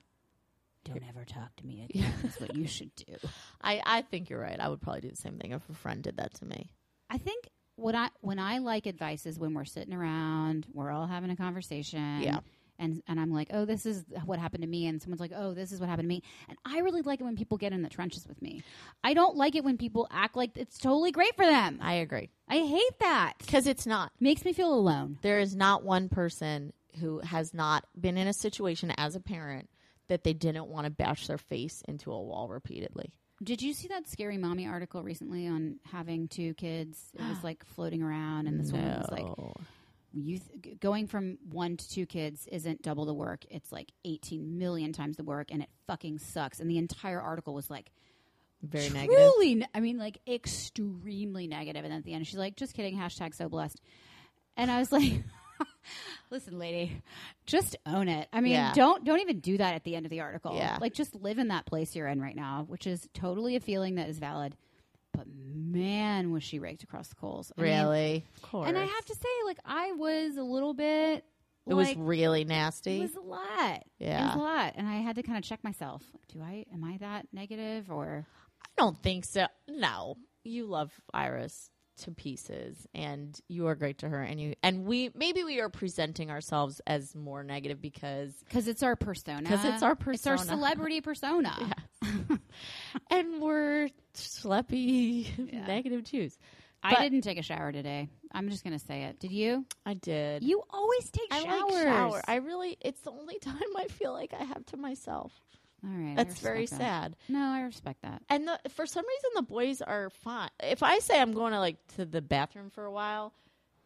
[SPEAKER 2] Don't ever talk to me again. That's what you should do.
[SPEAKER 3] I I think you're right. I would probably do the same thing if a friend did that to me.
[SPEAKER 2] I think what I when I like advice is when we're sitting around, we're all having a conversation.
[SPEAKER 3] Yeah.
[SPEAKER 2] And, and I'm like, oh, this is what happened to me. And someone's like, oh, this is what happened to me. And I really like it when people get in the trenches with me. I don't like it when people act like it's totally great for them.
[SPEAKER 3] I agree
[SPEAKER 2] I hate that.
[SPEAKER 3] because it's not.
[SPEAKER 2] Makes me feel alone.
[SPEAKER 3] There is not one person who has not been in a situation as a parent that they didn't want to bash their face into a wall repeatedly.
[SPEAKER 2] Did you see that scary mommy article recently on having two kids? It was like floating around, and this woman was like,
[SPEAKER 3] No.
[SPEAKER 2] you th- g- going from one to two kids isn't double the work. It's like 18 million times the work, and it fucking sucks. And the entire article was like
[SPEAKER 3] very negative.
[SPEAKER 2] truly, ne- I mean, like extremely negative. And at the end, she's like, "Just kidding." Hashtag so blessed. And I was like, *laughs* "Listen, lady, just own it. I mean,
[SPEAKER 3] Yeah.
[SPEAKER 2] don't don't even do that at the end of the article.
[SPEAKER 3] Yeah.
[SPEAKER 2] Like, just live in that place you're in right now, which is totally a feeling that is valid." But man, was she raked across the coals. I mean,
[SPEAKER 3] Really? Of course.
[SPEAKER 2] and I have to say, like, I was a little bit.
[SPEAKER 3] It
[SPEAKER 2] like,
[SPEAKER 3] was really nasty.
[SPEAKER 2] It was a lot. It was
[SPEAKER 3] Yeah.
[SPEAKER 2] a lot, and I had to kind of check myself. Like, do I am I that negative or?
[SPEAKER 3] I don't think so. No. You love Iris to pieces and you are great to her and you and we maybe we are presenting ourselves as more negative because *laughs*
[SPEAKER 2] Because it's our persona.
[SPEAKER 3] 'Cause it's our
[SPEAKER 2] It's our
[SPEAKER 3] persona.
[SPEAKER 2] celebrity
[SPEAKER 3] *laughs*
[SPEAKER 2] persona.
[SPEAKER 3] and we're schleppy
[SPEAKER 2] Yeah.
[SPEAKER 3] *laughs* negative Jews.
[SPEAKER 2] I
[SPEAKER 3] But-
[SPEAKER 2] didn't take a shower today. I'm just gonna say it. Did you?
[SPEAKER 3] I did.
[SPEAKER 2] You always take
[SPEAKER 3] I
[SPEAKER 2] showers.
[SPEAKER 3] like shower. I really it's the only *laughs* time I feel like I have to myself.
[SPEAKER 2] All right. I
[SPEAKER 3] That's very
[SPEAKER 2] respect that.
[SPEAKER 3] sad.
[SPEAKER 2] No, I respect that.
[SPEAKER 3] And the, for some reason, the boys are fine. If I say I'm going to like to the bathroom for a while,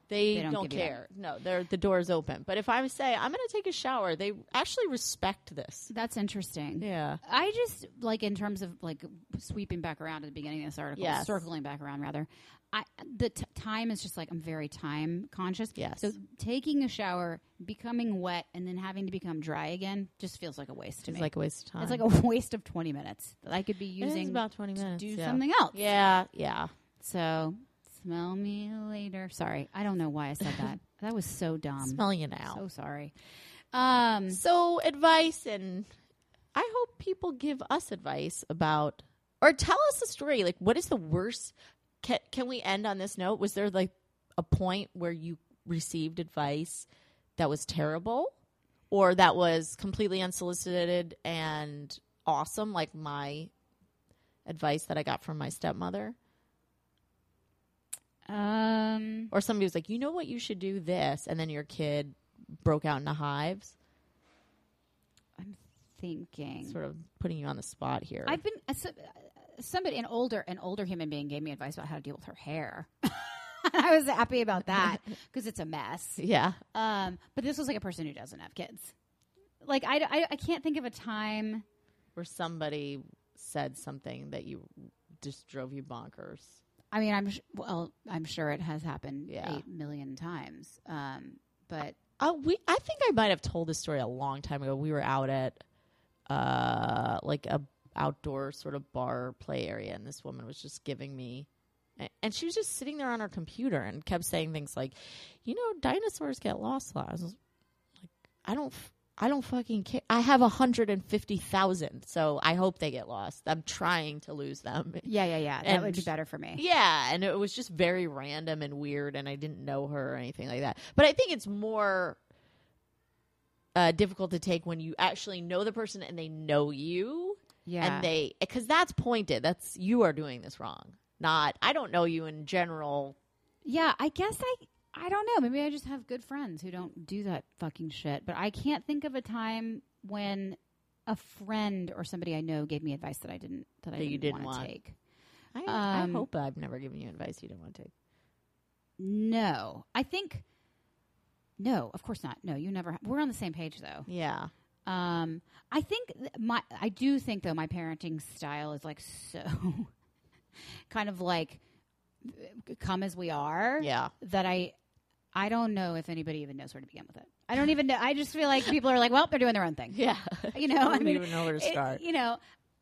[SPEAKER 3] they,
[SPEAKER 2] They don't
[SPEAKER 3] don't,
[SPEAKER 2] give you that.
[SPEAKER 3] care. No, they're the door's open. But if I say I'm going to take a shower, they actually respect this.
[SPEAKER 2] That's interesting.
[SPEAKER 3] Yeah,
[SPEAKER 2] I just like in terms of like sweeping back around at the beginning of this article,
[SPEAKER 3] Yes.
[SPEAKER 2] circling back around rather. I the t- time is just like I'm very time conscious.
[SPEAKER 3] Yes.
[SPEAKER 2] So taking a shower, becoming wet, and then having to become dry again just feels like a waste to
[SPEAKER 3] it's
[SPEAKER 2] me.
[SPEAKER 3] like a waste of time.
[SPEAKER 2] it's like a *laughs* waste of 20 minutes that I could be
[SPEAKER 3] It is
[SPEAKER 2] using
[SPEAKER 3] about twenty
[SPEAKER 2] to
[SPEAKER 3] minutes.
[SPEAKER 2] do
[SPEAKER 3] yeah.
[SPEAKER 2] something else.
[SPEAKER 3] Yeah, yeah.
[SPEAKER 2] So smell me later. Sorry, I don't know why I said
[SPEAKER 3] *laughs*
[SPEAKER 2] that. that was so dumb.
[SPEAKER 3] Smell you now.
[SPEAKER 2] so sorry. Um.
[SPEAKER 3] So advice and I hope people give us advice about or tell us a story like what is the worst can, can we end on this note was there like a point where you received advice that was terrible or that was completely unsolicited and awesome, like my advice that I got from my stepmother,
[SPEAKER 2] Um,
[SPEAKER 3] or somebody was like, you know what, you should do this, and then your kid broke out into hives,
[SPEAKER 2] thinking.
[SPEAKER 3] sort of putting you on the spot here.
[SPEAKER 2] I've been uh, so- uh, somebody an older an older human being gave me advice about how to deal with her hair. *laughs* I was happy about
[SPEAKER 3] *laughs*
[SPEAKER 2] that because it's a mess.
[SPEAKER 3] yeah,
[SPEAKER 2] Um, but this was like a person who doesn't have kids. Like I, I, I can't think of a time.
[SPEAKER 3] where somebody said something that you just drove you bonkers.
[SPEAKER 2] I mean, I'm sh- well, I'm sure it has happened
[SPEAKER 3] Yeah.
[SPEAKER 2] eight million times. Um, but
[SPEAKER 3] Uh, we, I think I might have told this story a long time ago. We were out at uh, like a outdoor sort of bar play area, and this woman was just giving me, a- and she was just sitting there on her computer and kept saying things like, "You know, dinosaurs get lost." a lot." I was like, "I don't." f- I don't fucking care. I have 150,000, so I hope they get lost. I'm trying to lose them.
[SPEAKER 2] yeah, yeah, yeah, that
[SPEAKER 3] And-
[SPEAKER 2] would be better for me.
[SPEAKER 3] Yeah, and it was just very random and weird, and I didn't know her or anything like that. But I think it's more uh, difficult to take when you actually know the person and they know you,
[SPEAKER 2] Yeah,
[SPEAKER 3] and they because that's pointed. That's you are doing this wrong. Not I don't know you in general.
[SPEAKER 2] yeah. I guess I, I don't know. Maybe I just have good friends who don't do that fucking shit. But I can't think of a time when a friend or somebody I know gave me advice that I didn't that, I
[SPEAKER 3] That
[SPEAKER 2] didn't,
[SPEAKER 3] you didn't
[SPEAKER 2] want
[SPEAKER 3] want.
[SPEAKER 2] to take.
[SPEAKER 3] I, I
[SPEAKER 2] Um,
[SPEAKER 3] hope I've never given you advice you didn't want to. take.
[SPEAKER 2] No, I think. No, of course not. No, you never. ha- We're on the same page though.
[SPEAKER 3] Yeah,
[SPEAKER 2] Um, I think th- my I do think though my parenting style is like *laughs* so kind of like come as we are
[SPEAKER 3] *laughs* yeah.
[SPEAKER 2] that I I don't know if anybody even knows where to begin with it. I don't even know. I just feel like people are like, well, they're doing their own thing.
[SPEAKER 3] *laughs* Yeah,
[SPEAKER 2] You know,
[SPEAKER 3] I
[SPEAKER 2] I
[SPEAKER 3] don't
[SPEAKER 2] mean,
[SPEAKER 3] even know where to
[SPEAKER 2] it-
[SPEAKER 3] start.
[SPEAKER 2] you know,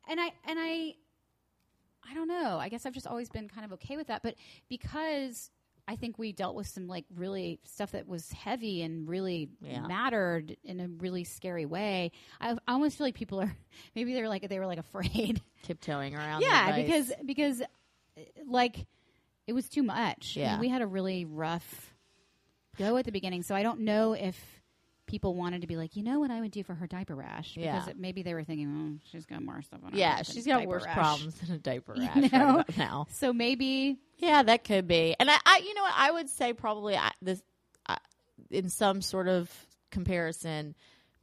[SPEAKER 2] and I and I I don't know. I guess I've just always been kind of okay with that, but because I think we dealt with some like really stuff that was heavy and really
[SPEAKER 3] Yeah.
[SPEAKER 2] mattered in a really scary way. I, I almost feel like people are *laughs* maybe they're like they were like afraid.
[SPEAKER 3] Tiptoeing around. the
[SPEAKER 2] yeah,
[SPEAKER 3] advice.
[SPEAKER 2] because because uh, like it was too much. I mean,
[SPEAKER 3] Yeah.
[SPEAKER 2] we had a really rough go at the beginning, so I don't know if people wanted to be like, you know, what I would do for her diaper rash because
[SPEAKER 3] Yeah.
[SPEAKER 2] it, maybe they were thinking, oh, she's got more stuff on. her
[SPEAKER 3] yeah,
[SPEAKER 2] hands than
[SPEAKER 3] she's got
[SPEAKER 2] diaper
[SPEAKER 3] worse
[SPEAKER 2] rash."
[SPEAKER 3] problems than a *laughs* diaper
[SPEAKER 2] You
[SPEAKER 3] rash right
[SPEAKER 2] know?
[SPEAKER 3] about now.
[SPEAKER 2] So maybe
[SPEAKER 3] Yeah, that could be. And I, I you know, what I would say probably I, this I, in some sort of comparison,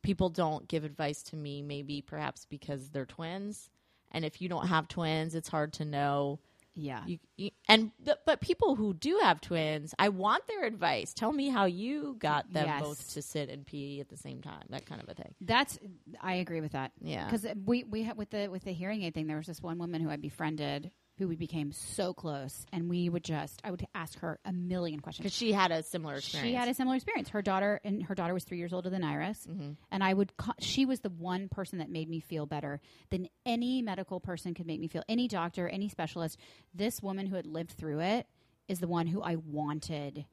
[SPEAKER 3] people don't give advice to me. Maybe perhaps because they're twins, and if you don't have twins, it's hard to know.
[SPEAKER 2] yeah,
[SPEAKER 3] You, you, and th- but people who do have twins, I want their advice. Tell me how you got them
[SPEAKER 2] Yes.
[SPEAKER 3] both to sit and pee at the same time. That kind of a thing.
[SPEAKER 2] that's I agree with that.
[SPEAKER 3] Yeah.
[SPEAKER 2] because we we had with the with the hearing aid thing, there was this one woman who I befriended who we became so close, and we would just I would ask her a million questions.
[SPEAKER 3] Because she had a similar experience.
[SPEAKER 2] She had a similar experience. Her daughter and her daughter was three years older than Iris,
[SPEAKER 3] Mm-hmm.
[SPEAKER 2] and I would. Ca- she was the one person that made me feel better than any medical person could make me feel. Any doctor, any specialist. This woman who had lived through it is the one who I wanted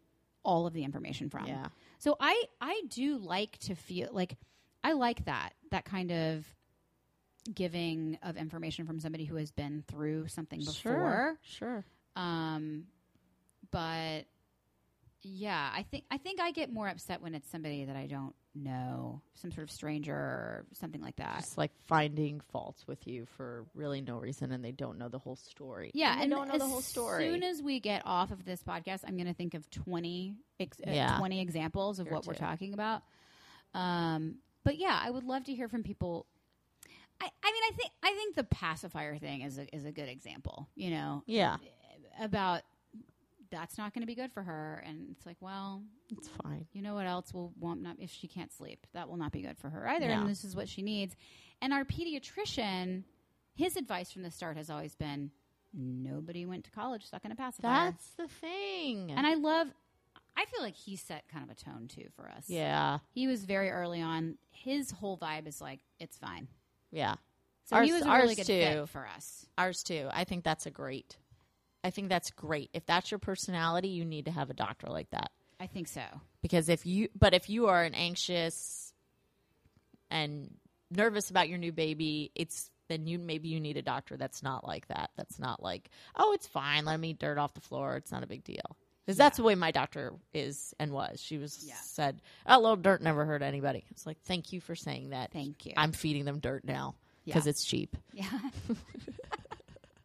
[SPEAKER 2] all of the information from.
[SPEAKER 3] Yeah.
[SPEAKER 2] So I I do like to feel like I like that that kind of giving of information from somebody who has been through something before.
[SPEAKER 3] Sure, sure.
[SPEAKER 2] Um, but yeah, I think I think I get more upset when it's somebody that I don't know, some sort of stranger or something like that.
[SPEAKER 3] just like finding faults with you for really no reason and they don't know the whole story.
[SPEAKER 2] yeah,
[SPEAKER 3] they
[SPEAKER 2] and
[SPEAKER 3] don't know the whole story.
[SPEAKER 2] As soon as we get off of this podcast, I'm going to think of 20, ex- uh,
[SPEAKER 3] Yeah.
[SPEAKER 2] 20 examples of
[SPEAKER 3] Here
[SPEAKER 2] what we're
[SPEAKER 3] too.
[SPEAKER 2] talking about. Um, but yeah, I would love to hear from people. I, I mean, I think I think the pacifier thing is a, is a good example. You know,
[SPEAKER 3] yeah,
[SPEAKER 2] about that's not going to be good for her, and it's like, well,
[SPEAKER 3] it's fine.
[SPEAKER 2] you know what else will won't not if she can't sleep that will not be good for her either
[SPEAKER 3] Yeah.
[SPEAKER 2] and this is what she needs and our pediatrician his advice from the start has always been nobody went to college stuck in a pacifier
[SPEAKER 3] That's the thing.
[SPEAKER 2] and i love i feel like he set kind of a tone too for us
[SPEAKER 3] yeah,
[SPEAKER 2] he was very early on his whole vibe is like it's fine
[SPEAKER 3] yeah,
[SPEAKER 2] so he
[SPEAKER 3] Ours-
[SPEAKER 2] was a really
[SPEAKER 3] ours
[SPEAKER 2] good
[SPEAKER 3] too.
[SPEAKER 2] fit for us
[SPEAKER 3] ours too. I think that's a great. I think that's great. If that's your personality, you need to have a doctor like that.
[SPEAKER 2] i think so
[SPEAKER 3] because if you but if you are an anxious and nervous about your new baby it's then you maybe you need a doctor that's not like that that's not like oh it's fine let me dirt off the floor it's not a big deal Because that's the way my doctor is and was. She was
[SPEAKER 2] Yeah.
[SPEAKER 3] said, "A little dirt never hurt anybody." It's like, thank you for saying that.
[SPEAKER 2] Thank you.
[SPEAKER 3] I'm feeding them dirt now because
[SPEAKER 2] Yeah.
[SPEAKER 3] it's cheap.
[SPEAKER 2] yeah. *laughs*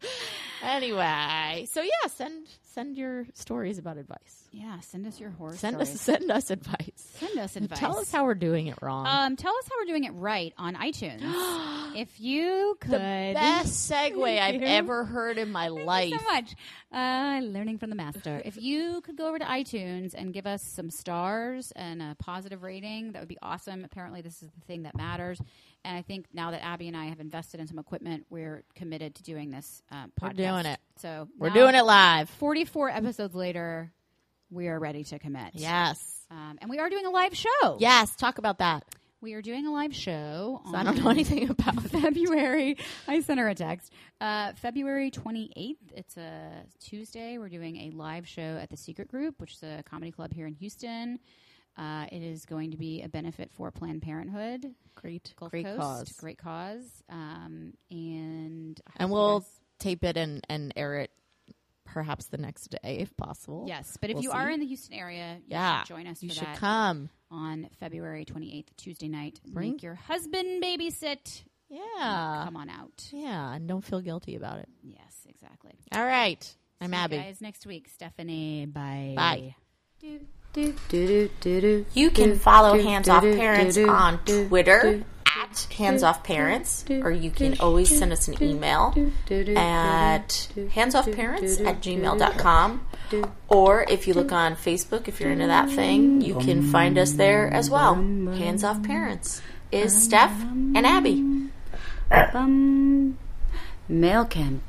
[SPEAKER 3] Anyway, so yeah, send send your stories about advice.
[SPEAKER 2] Yeah. Send us your horse.
[SPEAKER 3] Send us
[SPEAKER 2] stories.
[SPEAKER 3] send us advice.
[SPEAKER 2] Send us advice.
[SPEAKER 3] *laughs* Tell us how we're doing it wrong.
[SPEAKER 2] Um, tell us how we're doing it right on
[SPEAKER 3] *gasps*
[SPEAKER 2] iTunes. if you could.
[SPEAKER 3] the best
[SPEAKER 2] *laughs*
[SPEAKER 3] segue I've
[SPEAKER 2] you.
[SPEAKER 3] ever heard in my
[SPEAKER 2] Thank
[SPEAKER 3] life.
[SPEAKER 2] you so much. Uh, learning from the
[SPEAKER 3] *laughs*
[SPEAKER 2] master. if you could go over to iTunes and give us some stars and a positive rating, that would be awesome. Apparently, this is the thing that matters. And I think now that Abby and I have invested in some equipment, we're committed to doing this uh, podcast.
[SPEAKER 3] We're doing it.
[SPEAKER 2] So
[SPEAKER 3] We're doing it live.
[SPEAKER 2] 44 episodes later, we are ready to commit.
[SPEAKER 3] Yes.
[SPEAKER 2] Um, and we are doing a live show.
[SPEAKER 3] Yes, talk about that.
[SPEAKER 2] We are doing a live show.
[SPEAKER 3] So I don't know anything
[SPEAKER 2] *laughs*
[SPEAKER 3] about that.
[SPEAKER 2] February. I sent her a text. Uh, February 28th. It's a Tuesday. We're doing a live show at the Secret Group, which is a comedy club here in Houston. Uh, it is going to be a benefit for Planned Parenthood,
[SPEAKER 3] Great.
[SPEAKER 2] Gulf
[SPEAKER 3] Great
[SPEAKER 2] Coast,
[SPEAKER 3] cause.
[SPEAKER 2] great cause, um, and I hope
[SPEAKER 3] And
[SPEAKER 2] you
[SPEAKER 3] we'll
[SPEAKER 2] guys-
[SPEAKER 3] tape it and, and air it perhaps the next day if possible.
[SPEAKER 2] yes, but if
[SPEAKER 3] we'll
[SPEAKER 2] you are
[SPEAKER 3] see.
[SPEAKER 2] in the Houston area, you
[SPEAKER 3] Yeah.
[SPEAKER 2] should join us.
[SPEAKER 3] You
[SPEAKER 2] for
[SPEAKER 3] should
[SPEAKER 2] that
[SPEAKER 3] come.
[SPEAKER 2] on February 28th, Tuesday night.
[SPEAKER 3] Bring- Uh.
[SPEAKER 2] Make your husband babysit.
[SPEAKER 3] Yeah.
[SPEAKER 2] Come on out.
[SPEAKER 3] Yeah. And don't feel guilty about it.
[SPEAKER 2] Yes, exactly.
[SPEAKER 3] All right. I'm
[SPEAKER 2] See you
[SPEAKER 3] Abby.
[SPEAKER 2] guys next week. Stephanie, bye.
[SPEAKER 3] Bye.
[SPEAKER 4] You can follow Hands Off Parents on Twitter at Hands Off Parents, or you can always send us an email at handsoffparents at gmail.com. Or if you look on Facebook, if you're into that thing, you can find us there as well. Hands Off Parents is Steph and Abby.
[SPEAKER 5] Bum. Mail can